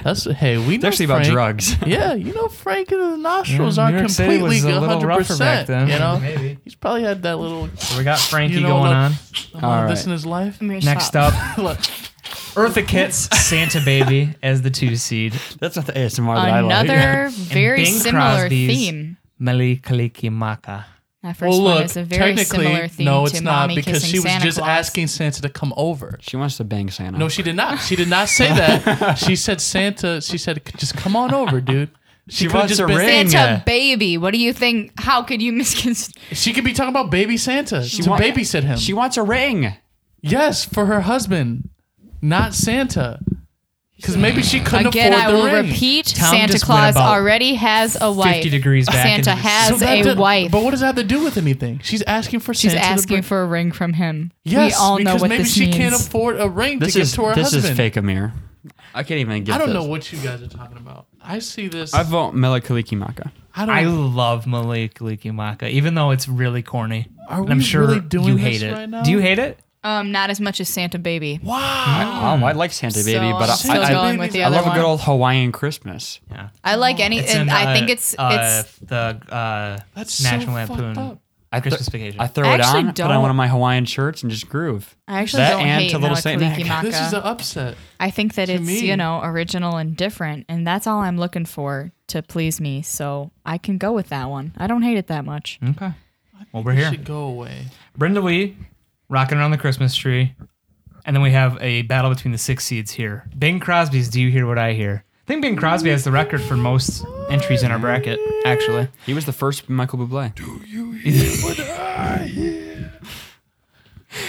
[SPEAKER 6] that's hey, we
[SPEAKER 3] It's
[SPEAKER 6] know
[SPEAKER 3] actually
[SPEAKER 6] Frank.
[SPEAKER 3] about drugs.
[SPEAKER 6] Yeah, you know Frank and the nostrils
[SPEAKER 5] Yeah,
[SPEAKER 6] aren't
[SPEAKER 5] Mm, New York City
[SPEAKER 6] completely
[SPEAKER 5] was a little
[SPEAKER 6] hundred
[SPEAKER 5] rougher back
[SPEAKER 6] percent.
[SPEAKER 5] then.
[SPEAKER 6] You know,
[SPEAKER 5] Maybe.
[SPEAKER 6] he's probably had that little
[SPEAKER 5] So we got Frankie
[SPEAKER 6] you know,
[SPEAKER 5] going
[SPEAKER 6] like,
[SPEAKER 5] on.
[SPEAKER 6] all
[SPEAKER 3] All
[SPEAKER 6] this
[SPEAKER 3] right.
[SPEAKER 6] in his life.
[SPEAKER 4] Amir,
[SPEAKER 5] Next
[SPEAKER 4] stop.
[SPEAKER 5] up,
[SPEAKER 6] Look,
[SPEAKER 5] Eartha Kitt's Santa Baby as the two seed.
[SPEAKER 3] That's not the ASMR that I like.
[SPEAKER 4] Another very
[SPEAKER 5] Bing
[SPEAKER 4] similar
[SPEAKER 5] Crosby's-
[SPEAKER 4] theme.
[SPEAKER 5] Meli Kalikimaka.
[SPEAKER 4] That first
[SPEAKER 6] well,
[SPEAKER 4] one
[SPEAKER 6] look.
[SPEAKER 4] is a very similar
[SPEAKER 6] Technically,
[SPEAKER 4] theme
[SPEAKER 6] no, it's
[SPEAKER 4] to
[SPEAKER 6] not
[SPEAKER 4] mommy
[SPEAKER 6] because
[SPEAKER 4] kissing
[SPEAKER 6] she was
[SPEAKER 4] Santa
[SPEAKER 6] just
[SPEAKER 4] Claus.
[SPEAKER 6] asking Santa to come over.
[SPEAKER 3] She wants to bang Santa.
[SPEAKER 6] No, she did not. She did not say that. she said Santa. She said, "Just come on over, dude." She, could
[SPEAKER 3] wants
[SPEAKER 6] just
[SPEAKER 3] a
[SPEAKER 6] been,
[SPEAKER 3] ring.
[SPEAKER 4] Santa
[SPEAKER 3] Yeah.
[SPEAKER 4] baby. What do you think? How could you misconstrue?
[SPEAKER 6] She could be talking about baby Santa to
[SPEAKER 3] wa-
[SPEAKER 6] babysit him.
[SPEAKER 3] She wants a ring.
[SPEAKER 6] yes, for her husband, not Santa, because maybe she couldn't
[SPEAKER 4] Again,
[SPEAKER 6] afford
[SPEAKER 4] I
[SPEAKER 6] the
[SPEAKER 4] will
[SPEAKER 6] ring.
[SPEAKER 4] repeat.
[SPEAKER 5] Tom
[SPEAKER 4] Santa
[SPEAKER 5] just went
[SPEAKER 4] Claus
[SPEAKER 5] about
[SPEAKER 4] already has a wife.
[SPEAKER 5] 50 degrees back into
[SPEAKER 4] Santa
[SPEAKER 5] the-
[SPEAKER 4] has
[SPEAKER 6] that
[SPEAKER 4] a
[SPEAKER 6] did-
[SPEAKER 4] wife.
[SPEAKER 6] But what does that have to do with anything? She's asking for
[SPEAKER 4] She's
[SPEAKER 6] Santa. to
[SPEAKER 4] asking
[SPEAKER 6] bring-
[SPEAKER 4] for a ring from him.
[SPEAKER 6] Yes,
[SPEAKER 4] we all know
[SPEAKER 6] because
[SPEAKER 4] what
[SPEAKER 6] maybe
[SPEAKER 4] this
[SPEAKER 6] she
[SPEAKER 4] means.
[SPEAKER 6] can't afford a ring
[SPEAKER 3] This
[SPEAKER 6] to
[SPEAKER 3] is
[SPEAKER 6] give to her
[SPEAKER 3] this
[SPEAKER 6] husband.
[SPEAKER 3] is fake Amir. I can't even get.
[SPEAKER 6] I don't
[SPEAKER 3] this.
[SPEAKER 6] know what you guys are talking about. I see this.
[SPEAKER 3] I
[SPEAKER 6] I've,
[SPEAKER 3] vote Mela Kalikimaka.
[SPEAKER 6] I don't.
[SPEAKER 5] I love Meli Kalikimaka, even though it's really corny.
[SPEAKER 6] Are
[SPEAKER 5] And I'm
[SPEAKER 6] we
[SPEAKER 5] sure
[SPEAKER 6] really doing
[SPEAKER 5] you
[SPEAKER 6] this
[SPEAKER 5] hate it.
[SPEAKER 6] right now?
[SPEAKER 5] Do you hate it?
[SPEAKER 4] Um, not as much as Santa Baby.
[SPEAKER 6] wow.
[SPEAKER 3] Oh, I like Santa Baby,
[SPEAKER 4] so
[SPEAKER 3] but
[SPEAKER 4] I'm still
[SPEAKER 3] I, I,
[SPEAKER 4] going with the
[SPEAKER 3] I
[SPEAKER 4] other
[SPEAKER 3] love a
[SPEAKER 4] one.
[SPEAKER 3] good old Hawaiian Christmas.
[SPEAKER 5] Yeah.
[SPEAKER 4] I like any. and
[SPEAKER 5] in,
[SPEAKER 4] I
[SPEAKER 5] uh,
[SPEAKER 4] think it's
[SPEAKER 5] uh,
[SPEAKER 4] it's.
[SPEAKER 5] the uh,
[SPEAKER 6] That's
[SPEAKER 5] National
[SPEAKER 6] so fucked
[SPEAKER 5] Lampoon
[SPEAKER 6] up.
[SPEAKER 3] I thro-
[SPEAKER 5] Christmas Vacation.
[SPEAKER 3] I throw
[SPEAKER 4] I
[SPEAKER 3] it
[SPEAKER 4] actually
[SPEAKER 3] on, put on one
[SPEAKER 4] don't-
[SPEAKER 3] of my Hawaiian shirts, and just groove.
[SPEAKER 4] I actually
[SPEAKER 3] that
[SPEAKER 4] don't
[SPEAKER 3] and
[SPEAKER 4] hate
[SPEAKER 3] to Little Saint Nick.
[SPEAKER 6] This is
[SPEAKER 4] Maka.
[SPEAKER 6] an upset.
[SPEAKER 4] I think that it's
[SPEAKER 6] me.
[SPEAKER 4] you know original and different, and that's all I'm looking for to please me. So I can go with that one. I don't hate it that much.
[SPEAKER 5] okay. Well, we're here.
[SPEAKER 6] Should go away.
[SPEAKER 5] Brenda Lee, rocking around the Christmas tree. And then we have a battle between the six seeds here. Bing Crosby's Do You Hear What I Hear? I think Bing Crosby has the record for most entries in our bracket, actually.
[SPEAKER 3] He was the first Michael Bublé.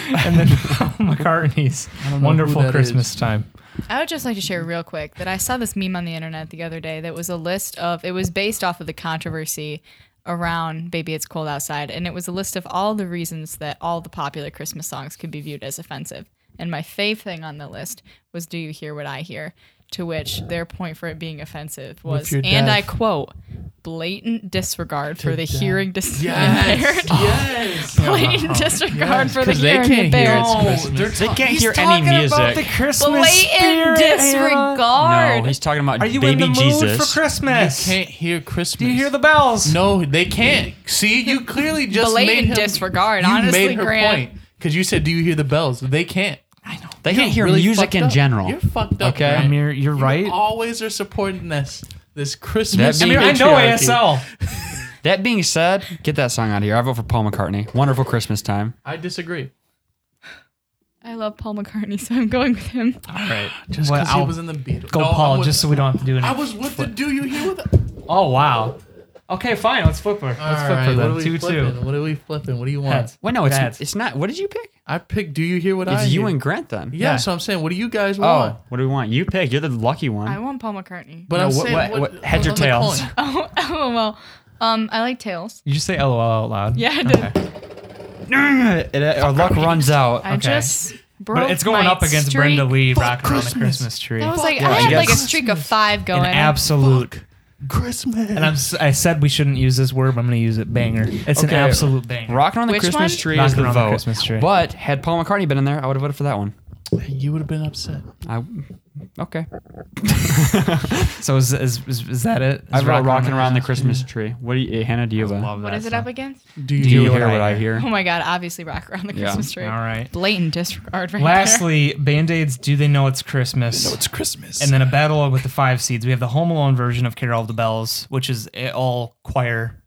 [SPEAKER 5] and then Paul McCartney's
[SPEAKER 6] know who
[SPEAKER 5] Wonderful
[SPEAKER 6] that
[SPEAKER 5] Christmas
[SPEAKER 6] is.
[SPEAKER 5] Time.
[SPEAKER 4] I would just like to share real quick that I saw this meme on the internet the other day that was a list of, it was based off of the controversy around Baby It's Cold Outside, and it was a list of all the reasons that all the popular Christmas songs could be viewed as offensive. And my fave thing on the list was Do You Hear What I Hear? To which their point for it being offensive was,
[SPEAKER 6] you're
[SPEAKER 4] and I
[SPEAKER 6] deaf.
[SPEAKER 4] quote, blatant disregard for the
[SPEAKER 6] deaf.
[SPEAKER 4] hearing dis- impaired.
[SPEAKER 6] yes.
[SPEAKER 4] Blatant disregard for the
[SPEAKER 6] 'Cause they
[SPEAKER 4] hearing
[SPEAKER 6] can't hear
[SPEAKER 4] impaired.
[SPEAKER 6] it. No, they're
[SPEAKER 3] they can't
[SPEAKER 5] He's
[SPEAKER 3] hear any
[SPEAKER 5] talking
[SPEAKER 3] music.
[SPEAKER 5] about the Christmas
[SPEAKER 4] Blatant
[SPEAKER 5] spirit, Hannah.
[SPEAKER 4] disregard.
[SPEAKER 3] no, he's talking about
[SPEAKER 5] Are you
[SPEAKER 3] baby
[SPEAKER 5] in the
[SPEAKER 3] Jesus.
[SPEAKER 5] mood for Christmas?
[SPEAKER 6] Can't hear Christmas.
[SPEAKER 5] Do you hear the bells?
[SPEAKER 6] No, they can't. See, you clearly just
[SPEAKER 4] Blatant
[SPEAKER 6] made him,
[SPEAKER 4] disregard,
[SPEAKER 6] You
[SPEAKER 4] honestly,
[SPEAKER 6] made her
[SPEAKER 4] Grant.
[SPEAKER 6] point because you said, "Do you hear the bells?" They can't.
[SPEAKER 5] I know.
[SPEAKER 3] They can't hear
[SPEAKER 6] You're really
[SPEAKER 3] music
[SPEAKER 6] fucked
[SPEAKER 3] in
[SPEAKER 6] up.
[SPEAKER 3] general.
[SPEAKER 6] You're fucked up.
[SPEAKER 3] Okay.
[SPEAKER 6] Grant.
[SPEAKER 5] I mean, you're- you're
[SPEAKER 6] You
[SPEAKER 5] right.
[SPEAKER 6] Always are supporting this this Christmas.
[SPEAKER 5] I
[SPEAKER 3] being-
[SPEAKER 5] mean, I know
[SPEAKER 3] Patriarchy.
[SPEAKER 5] ASL.
[SPEAKER 3] That being said, get that song out of here. I vote for Paul McCartney. Wonderful Christmas time.
[SPEAKER 6] I disagree.
[SPEAKER 4] I love Paul McCartney, so I'm going with him.
[SPEAKER 5] Right.
[SPEAKER 6] Just because he was in the Beatles.
[SPEAKER 5] go,
[SPEAKER 6] No, I'm
[SPEAKER 5] Paul,
[SPEAKER 6] with-
[SPEAKER 5] just so we don't have to do
[SPEAKER 6] I
[SPEAKER 5] anything.
[SPEAKER 6] was with the. Do you hear what? The,
[SPEAKER 5] Oh wow. Okay, fine. Let's flip her. Let's
[SPEAKER 6] All
[SPEAKER 5] flip her
[SPEAKER 6] right, what are
[SPEAKER 5] then.
[SPEAKER 6] we
[SPEAKER 5] Two
[SPEAKER 6] flipping?
[SPEAKER 5] two.
[SPEAKER 6] What are we flipping? What do you want?
[SPEAKER 5] Heads.
[SPEAKER 3] Wait, no, it's
[SPEAKER 5] That's-
[SPEAKER 3] it's not. What did you pick?
[SPEAKER 6] I picked. Do you hear what I?
[SPEAKER 3] It's you
[SPEAKER 6] hear?
[SPEAKER 3] and Grant then.
[SPEAKER 6] yeah,
[SPEAKER 5] Yeah.
[SPEAKER 6] So I'm saying, what do you guys want?
[SPEAKER 3] Oh, what do we want? You pick. You're the lucky one.
[SPEAKER 4] I want Paul McCartney.
[SPEAKER 6] But
[SPEAKER 3] No,
[SPEAKER 6] I'm
[SPEAKER 3] what-
[SPEAKER 6] saying,
[SPEAKER 3] what-
[SPEAKER 6] what,
[SPEAKER 3] what- heads or
[SPEAKER 6] what's on the
[SPEAKER 3] tails?
[SPEAKER 6] coin?
[SPEAKER 4] Oh, oh well. Um, I like tails.
[SPEAKER 5] You just say LOL out loud.
[SPEAKER 4] Yeah, I did.
[SPEAKER 3] It- it- our uh, luck runs out.
[SPEAKER 4] I
[SPEAKER 5] Okay.
[SPEAKER 4] just broke
[SPEAKER 5] But it's going
[SPEAKER 4] my
[SPEAKER 5] up against
[SPEAKER 4] streak.
[SPEAKER 5] Brenda Lee rocking around the
[SPEAKER 6] Christmas.
[SPEAKER 5] Christmas tree.
[SPEAKER 4] That was like
[SPEAKER 6] Yeah,
[SPEAKER 4] I
[SPEAKER 6] I
[SPEAKER 4] had like a
[SPEAKER 6] guess.
[SPEAKER 4] streak of five
[SPEAKER 5] An
[SPEAKER 4] going.
[SPEAKER 5] absolute.
[SPEAKER 6] Christmas.
[SPEAKER 5] And I'm, s- I said we shouldn't use this word, but I'm going to use it banger. It's an
[SPEAKER 3] Okay.
[SPEAKER 5] absolute banger.
[SPEAKER 3] Rocking on the
[SPEAKER 4] Which
[SPEAKER 3] Christmas
[SPEAKER 4] one?
[SPEAKER 3] tree is
[SPEAKER 5] Rockin'
[SPEAKER 3] the
[SPEAKER 5] on the
[SPEAKER 3] vote.
[SPEAKER 5] Christmas tree.
[SPEAKER 3] But had Paul McCartney been in there, I would have voted for that one.
[SPEAKER 6] you would have been upset.
[SPEAKER 3] I okay.
[SPEAKER 5] So is, is, is, is that it? Is
[SPEAKER 3] I vote
[SPEAKER 5] Rockin'
[SPEAKER 3] rocking around the Christmas tree. What do you, Hannah? Do you have a-
[SPEAKER 5] Love
[SPEAKER 4] what
[SPEAKER 5] that
[SPEAKER 4] is it
[SPEAKER 5] song.
[SPEAKER 4] up against?
[SPEAKER 6] Do you,
[SPEAKER 3] Do you hear
[SPEAKER 5] what
[SPEAKER 3] what
[SPEAKER 5] I
[SPEAKER 3] I hear?
[SPEAKER 4] Oh my god! Obviously, rock around the
[SPEAKER 3] Yeah.
[SPEAKER 4] Christmas tree.
[SPEAKER 5] All right.
[SPEAKER 4] Blatant disregard. Right
[SPEAKER 5] Lastly, Band Aids, do they know it's Christmas?
[SPEAKER 6] it's Christmas.
[SPEAKER 5] and then a battle with the five seeds. We have the Home Alone version of Carol of the Bells, which is a- all choir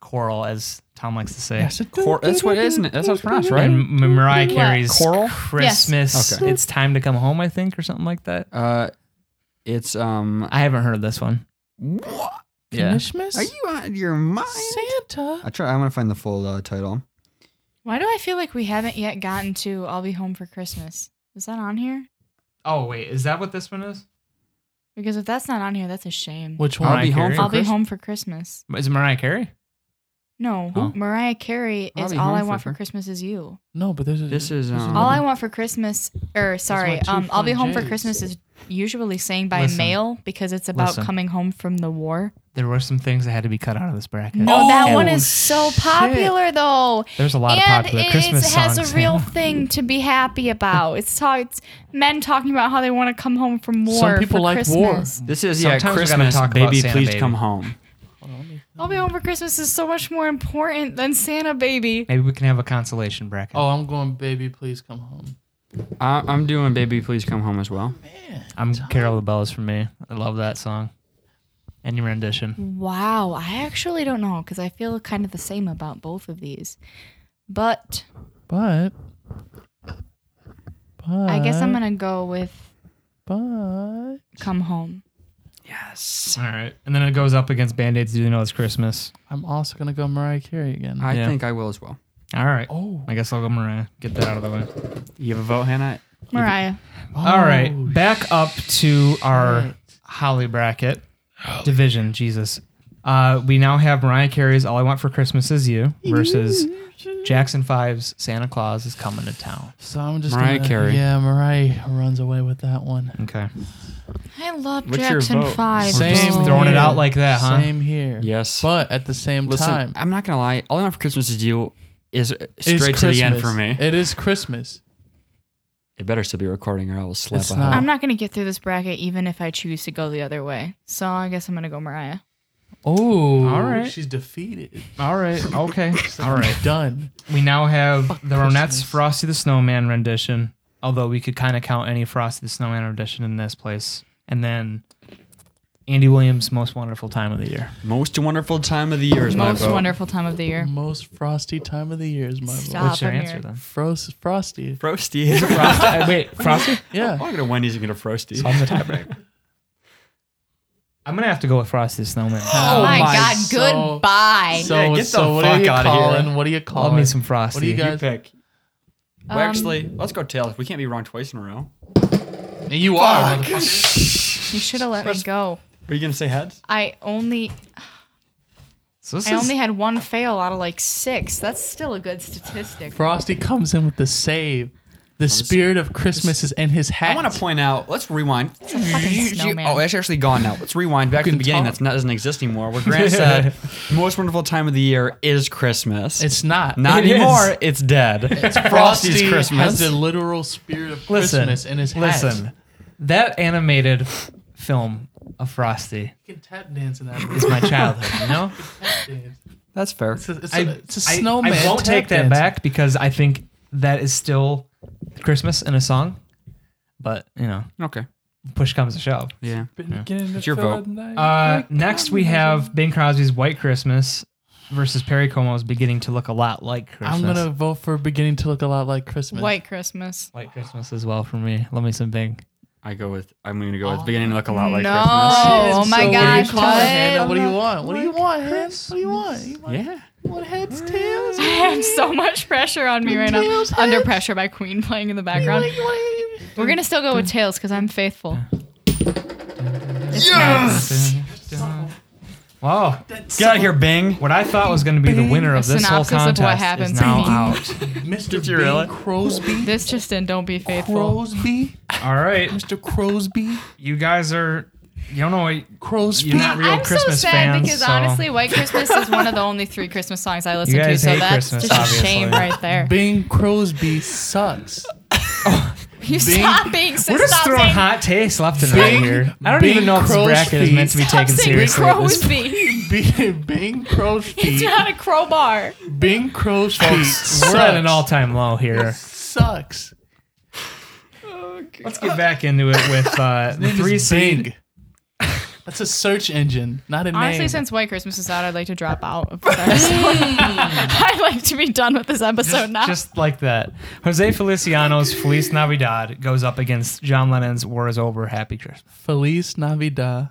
[SPEAKER 5] choral, as Tom likes to say.
[SPEAKER 3] Cor- that's what isn't it? That's how it's pronounced, right?
[SPEAKER 5] And M- Mariah Carey's
[SPEAKER 3] Choral?
[SPEAKER 5] Christmas.
[SPEAKER 3] Yes. Okay.
[SPEAKER 5] It's time to come home, I think, or something like that.
[SPEAKER 3] Uh, it's um.
[SPEAKER 5] I haven't heard of this one.
[SPEAKER 3] What?
[SPEAKER 5] Yeah.
[SPEAKER 6] Christmas.
[SPEAKER 3] Are you out of your mind?
[SPEAKER 6] Santa?
[SPEAKER 3] I try. I'm gonna find the full uh, title.
[SPEAKER 4] Why do I feel like we haven't yet gotten to "I'll Be Home for Christmas"? Is that on here?
[SPEAKER 5] Oh wait, is that what this one is?
[SPEAKER 4] Because if that's not on here, that's a shame.
[SPEAKER 6] Which
[SPEAKER 3] I'll
[SPEAKER 5] Mariah
[SPEAKER 3] be home
[SPEAKER 5] Carey?
[SPEAKER 3] for
[SPEAKER 4] I'll be
[SPEAKER 3] Christ-
[SPEAKER 4] home for Christmas.
[SPEAKER 5] Is it Mariah Carey?
[SPEAKER 4] No,
[SPEAKER 5] Huh?
[SPEAKER 4] Mariah Carey
[SPEAKER 3] I'll
[SPEAKER 4] is
[SPEAKER 3] be
[SPEAKER 4] all
[SPEAKER 3] home
[SPEAKER 4] I
[SPEAKER 3] for
[SPEAKER 4] want for
[SPEAKER 3] Chris-
[SPEAKER 4] Christmas is you.
[SPEAKER 6] No, but there's a,
[SPEAKER 3] This is,
[SPEAKER 6] there's
[SPEAKER 3] um,
[SPEAKER 6] another-
[SPEAKER 4] All I want for Christmas, or sorry,
[SPEAKER 6] two
[SPEAKER 4] um, I'll be
[SPEAKER 6] fun
[SPEAKER 4] home for
[SPEAKER 6] J's.
[SPEAKER 4] Christmas is usually sang by
[SPEAKER 5] Listen.
[SPEAKER 4] mail because it's about
[SPEAKER 5] Listen.
[SPEAKER 4] coming home from the war.
[SPEAKER 5] There were some things that had to be cut out of this bracket.
[SPEAKER 4] No, that
[SPEAKER 5] And
[SPEAKER 4] one is so popular though.
[SPEAKER 5] There's Oh, a lot of
[SPEAKER 4] and
[SPEAKER 5] popular
[SPEAKER 4] it,
[SPEAKER 5] Christmas
[SPEAKER 4] it has
[SPEAKER 5] songs.
[SPEAKER 4] a real thing to be happy about. It's, ta- it's men talking about how they want to come home from war.
[SPEAKER 6] Some people
[SPEAKER 4] for
[SPEAKER 6] like war.
[SPEAKER 4] Christmas.
[SPEAKER 3] This is yeah.
[SPEAKER 5] Sometimes we gotta
[SPEAKER 3] Christmas,
[SPEAKER 5] talk about
[SPEAKER 3] baby,
[SPEAKER 5] Santa
[SPEAKER 3] please
[SPEAKER 5] Baby.
[SPEAKER 3] come home.
[SPEAKER 4] I'll be home for Christmas is so much more important than Santa Baby.
[SPEAKER 5] Maybe we can have a consolation bracket.
[SPEAKER 6] Oh, I'm going, baby, please come home.
[SPEAKER 3] I, I'm doing baby, please come home as well.
[SPEAKER 5] I'm Carol the Bells for me. I love that song. Any rendition.
[SPEAKER 4] Wow, I actually don't know because I feel kind of the same about both of these. But
[SPEAKER 6] But. But.
[SPEAKER 4] I guess I'm gonna go with
[SPEAKER 6] But.
[SPEAKER 4] "Come Home."
[SPEAKER 5] All right. And then it goes up against Band Aids. Do you know it's Christmas?
[SPEAKER 6] I'm also gonna go Mariah Carey again.
[SPEAKER 3] I
[SPEAKER 5] Yeah.
[SPEAKER 3] think I will as well.
[SPEAKER 5] All right.
[SPEAKER 6] Oh.
[SPEAKER 5] I guess I'll go Mariah. Get that out of the way.
[SPEAKER 3] You have a vote, Hannah.
[SPEAKER 4] Mariah.
[SPEAKER 5] All right.
[SPEAKER 6] Oh,
[SPEAKER 5] Back up to our Holly bracket division. Jesus. Uh, we now have Mariah Carey's All I Want for Christmas Is You versus Jackson Five's Santa Claus is Coming to Town.
[SPEAKER 6] So I'm just
[SPEAKER 3] Mariah
[SPEAKER 6] gonna-
[SPEAKER 3] Carey.
[SPEAKER 6] Yeah, Mariah runs away with that one.
[SPEAKER 5] Okay.
[SPEAKER 4] I love
[SPEAKER 3] What's your
[SPEAKER 4] Jackson
[SPEAKER 3] vote?
[SPEAKER 4] Five.
[SPEAKER 5] We're
[SPEAKER 6] Same
[SPEAKER 5] just
[SPEAKER 4] though.
[SPEAKER 5] throwing it out like that, huh?
[SPEAKER 6] Same here.
[SPEAKER 3] Yes.
[SPEAKER 6] But at the same
[SPEAKER 3] Listen,
[SPEAKER 6] time,
[SPEAKER 3] I'm not gonna lie. All I want for Christmas is you. Is uh,
[SPEAKER 6] it's
[SPEAKER 3] straight to the end for me.
[SPEAKER 6] Christmas. It is Christmas.
[SPEAKER 3] It better still be recording, or I will slap
[SPEAKER 6] It's
[SPEAKER 3] a
[SPEAKER 6] not.
[SPEAKER 4] I'm not gonna get through this bracket even if I choose to go the other way. So I guess I'm gonna go Mariah.
[SPEAKER 5] Oh. All right.
[SPEAKER 6] She's defeated.
[SPEAKER 5] All right. Okay. All right.
[SPEAKER 6] Done.
[SPEAKER 5] We now have the Ronettes
[SPEAKER 6] Christmas.
[SPEAKER 5] Frosty the Snowman rendition, although we could kind of count any Frosty the Snowman rendition in this place. And then Andy Williams' Most Wonderful Time of the Year.
[SPEAKER 3] Most wonderful time of the year is my
[SPEAKER 4] Most
[SPEAKER 3] vote.
[SPEAKER 4] wonderful time of the year.
[SPEAKER 6] Most frosty time of the year is my vote.
[SPEAKER 4] Stop.
[SPEAKER 5] What's your
[SPEAKER 4] I'm
[SPEAKER 5] answer
[SPEAKER 4] here.
[SPEAKER 5] then?
[SPEAKER 6] Frost, frosty.
[SPEAKER 3] Frosty. Is
[SPEAKER 5] Frosty, uh, wait, Frosty?
[SPEAKER 6] Yeah.
[SPEAKER 3] I'm gonna Wendy's and get a frosty.
[SPEAKER 6] Um,
[SPEAKER 5] I'm the tiebreaker. I'm going to have to go with Frosty the Snowman.
[SPEAKER 4] Oh, my,
[SPEAKER 6] my
[SPEAKER 4] God!
[SPEAKER 6] so-
[SPEAKER 4] goodbye.
[SPEAKER 6] So,
[SPEAKER 3] Yeah, get the
[SPEAKER 6] so what
[SPEAKER 3] fuck
[SPEAKER 6] are you
[SPEAKER 3] outta here.
[SPEAKER 6] calling? What are you calling?
[SPEAKER 5] Love me some Frosty.
[SPEAKER 6] What do you guys?
[SPEAKER 3] pick. Well, actually, let's go tails. We can't be wrong twice in a row.
[SPEAKER 6] You are.
[SPEAKER 4] You should have let me go.
[SPEAKER 3] Are you gonna say heads?
[SPEAKER 4] I only
[SPEAKER 5] So this
[SPEAKER 4] I
[SPEAKER 5] is
[SPEAKER 4] only had one fail out of like six. That's still a good statistic.
[SPEAKER 6] Frosty comes in with the save. The spirit of Christmas is in his hat.
[SPEAKER 3] I want to point out. Let's rewind.
[SPEAKER 4] snowman.
[SPEAKER 3] Oh, it's actually gone now. Let's rewind back to the
[SPEAKER 6] can
[SPEAKER 3] beginning.
[SPEAKER 6] talk.
[SPEAKER 3] That's not doesn't exist anymore. Where Grant said, "Most wonderful time of the year is Christmas."
[SPEAKER 6] It's not.
[SPEAKER 3] not
[SPEAKER 5] It is.
[SPEAKER 3] anymore. It's dead. It's Frosty's
[SPEAKER 6] has
[SPEAKER 3] Christmas.
[SPEAKER 6] the literal spirit of
[SPEAKER 5] listen,
[SPEAKER 6] Christmas in his hat.
[SPEAKER 5] listen. That animated f- film of Frosty
[SPEAKER 6] You can tap dance in that. movie.
[SPEAKER 5] is my childhood. You know,
[SPEAKER 3] That's fair.
[SPEAKER 6] It's a, it's
[SPEAKER 5] I-
[SPEAKER 6] a- it's a
[SPEAKER 5] I-
[SPEAKER 6] snowman.
[SPEAKER 5] I won't
[SPEAKER 6] tap
[SPEAKER 5] take that
[SPEAKER 6] dance.
[SPEAKER 5] back because I think that is still Christmas in a song. But you know,
[SPEAKER 3] Okay.
[SPEAKER 5] push comes to shove.
[SPEAKER 3] Yeah.
[SPEAKER 6] It's
[SPEAKER 3] your vote.
[SPEAKER 5] Uh, next, we have Bing Crosby's White Christmas versus Perry Como's beginning to look a lot like Christmas.
[SPEAKER 6] I'm gonna vote for beginning to look a lot like Christmas.
[SPEAKER 4] White Christmas.
[SPEAKER 5] White Christmas as well for me. Love me some Bing.
[SPEAKER 3] I go with. I'm gonna go with beginning to look a lot like
[SPEAKER 4] Oh, no.
[SPEAKER 3] Christmas.
[SPEAKER 4] Oh my
[SPEAKER 6] So
[SPEAKER 4] gosh.
[SPEAKER 6] What? do you call it, Hannah?
[SPEAKER 4] What?
[SPEAKER 6] What do you want? What do you want, Hannah? What do you want? You want,
[SPEAKER 3] Yeah.
[SPEAKER 6] you want heads, tails?
[SPEAKER 4] I have so much pressure on me right now.
[SPEAKER 6] Tails
[SPEAKER 4] Under
[SPEAKER 6] heads.
[SPEAKER 4] pressure by Queen playing in the background.
[SPEAKER 6] You want-
[SPEAKER 4] We're gonna still go with tails because I'm faithful.
[SPEAKER 5] Wow.
[SPEAKER 3] Get out of here, Bing.
[SPEAKER 5] What I thought was going to be the winner of
[SPEAKER 4] A
[SPEAKER 5] this whole
[SPEAKER 4] synopsis of what
[SPEAKER 5] contest
[SPEAKER 4] happens
[SPEAKER 5] is now
[SPEAKER 4] to me.
[SPEAKER 5] out.
[SPEAKER 6] Mr.
[SPEAKER 3] you really?
[SPEAKER 6] Bing Crosby.
[SPEAKER 4] This just in. Don't be faithful.
[SPEAKER 6] Crosby.
[SPEAKER 5] All right.
[SPEAKER 6] Mr. Crosby.
[SPEAKER 5] You guys are, you don't know what,
[SPEAKER 6] Crosby.
[SPEAKER 5] you're not real
[SPEAKER 4] I'm
[SPEAKER 5] Christmas
[SPEAKER 4] so sad
[SPEAKER 5] fans.
[SPEAKER 4] because
[SPEAKER 5] so-
[SPEAKER 4] honestly, White Christmas is one of the only three Christmas songs I listen
[SPEAKER 5] You
[SPEAKER 4] to.
[SPEAKER 5] guys
[SPEAKER 4] So
[SPEAKER 5] hate
[SPEAKER 4] that's
[SPEAKER 5] Christmas,
[SPEAKER 4] just a shame
[SPEAKER 5] obviously.
[SPEAKER 4] right there.
[SPEAKER 6] Bing Crosby sucks.
[SPEAKER 4] You stop being so
[SPEAKER 5] We're just
[SPEAKER 4] stop
[SPEAKER 5] throwing
[SPEAKER 4] saying,
[SPEAKER 5] hot takes left and right
[SPEAKER 6] Bing-
[SPEAKER 5] here. I don't
[SPEAKER 6] Bing
[SPEAKER 5] even know if this bracket is meant to be
[SPEAKER 4] stop
[SPEAKER 5] taken
[SPEAKER 4] saying
[SPEAKER 5] seriously. at this
[SPEAKER 4] Crosby.
[SPEAKER 6] Bing, Bing Crosby.
[SPEAKER 4] It's not a crowbar.
[SPEAKER 6] Bing Crosby
[SPEAKER 5] point.
[SPEAKER 6] sucks.
[SPEAKER 5] We're at an all-time low here.
[SPEAKER 6] Sucks.
[SPEAKER 5] Let's get back into it with uh, the
[SPEAKER 6] Name is
[SPEAKER 5] three seed.
[SPEAKER 6] Bing. That's a search engine, not a
[SPEAKER 4] Honestly,
[SPEAKER 6] name.
[SPEAKER 4] since White Christmas is out, I'd like to drop out of this episode. I'd like to be done with this episode now.
[SPEAKER 5] Just like that. Jose Feliciano's Feliz Navidad goes up against John Lennon's War is Over, Happy Christmas.
[SPEAKER 6] Feliz Navidad.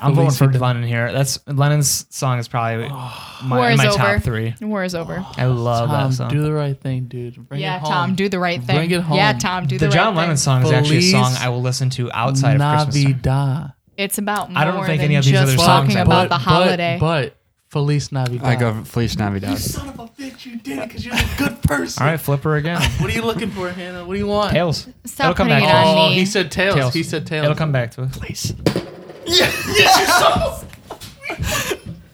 [SPEAKER 5] I'm voting for Lennon here. That's Lennon's song is probably
[SPEAKER 4] War
[SPEAKER 5] my, in
[SPEAKER 4] is
[SPEAKER 5] my
[SPEAKER 4] over.
[SPEAKER 5] top three.
[SPEAKER 4] War is over.
[SPEAKER 5] I love that
[SPEAKER 6] Oh. Tom,
[SPEAKER 5] song.
[SPEAKER 6] do the right thing, dude. Bring
[SPEAKER 4] yeah,
[SPEAKER 6] it home.
[SPEAKER 4] Tom, do the right thing.
[SPEAKER 6] Bring it home.
[SPEAKER 4] Yeah, Tom, do
[SPEAKER 5] the
[SPEAKER 4] the, right
[SPEAKER 5] John Lennon
[SPEAKER 4] thing.
[SPEAKER 5] song is actually a song
[SPEAKER 6] Feliz
[SPEAKER 5] I will listen to outside of Christmas. time.
[SPEAKER 6] Navidad.
[SPEAKER 4] It's about more
[SPEAKER 5] I don't think
[SPEAKER 4] than
[SPEAKER 5] any of these
[SPEAKER 4] just
[SPEAKER 5] other songs
[SPEAKER 4] talking
[SPEAKER 5] I
[SPEAKER 4] about
[SPEAKER 5] like.
[SPEAKER 4] the holiday.
[SPEAKER 6] But, but Feliz Navidad.
[SPEAKER 3] I go Feliz Navidad.
[SPEAKER 6] Son of a bitch, you did it because you're a good person.
[SPEAKER 5] All right, Flipper again.
[SPEAKER 6] What are you looking for, Hannah? What do you want?
[SPEAKER 5] Tails.
[SPEAKER 4] Stop
[SPEAKER 5] It'll come
[SPEAKER 4] putting
[SPEAKER 5] back
[SPEAKER 4] it
[SPEAKER 5] to
[SPEAKER 4] on
[SPEAKER 5] us.
[SPEAKER 6] Oh,
[SPEAKER 4] me.
[SPEAKER 6] he said tails.
[SPEAKER 5] Tails.
[SPEAKER 6] He said tails.
[SPEAKER 5] It'll come back to us.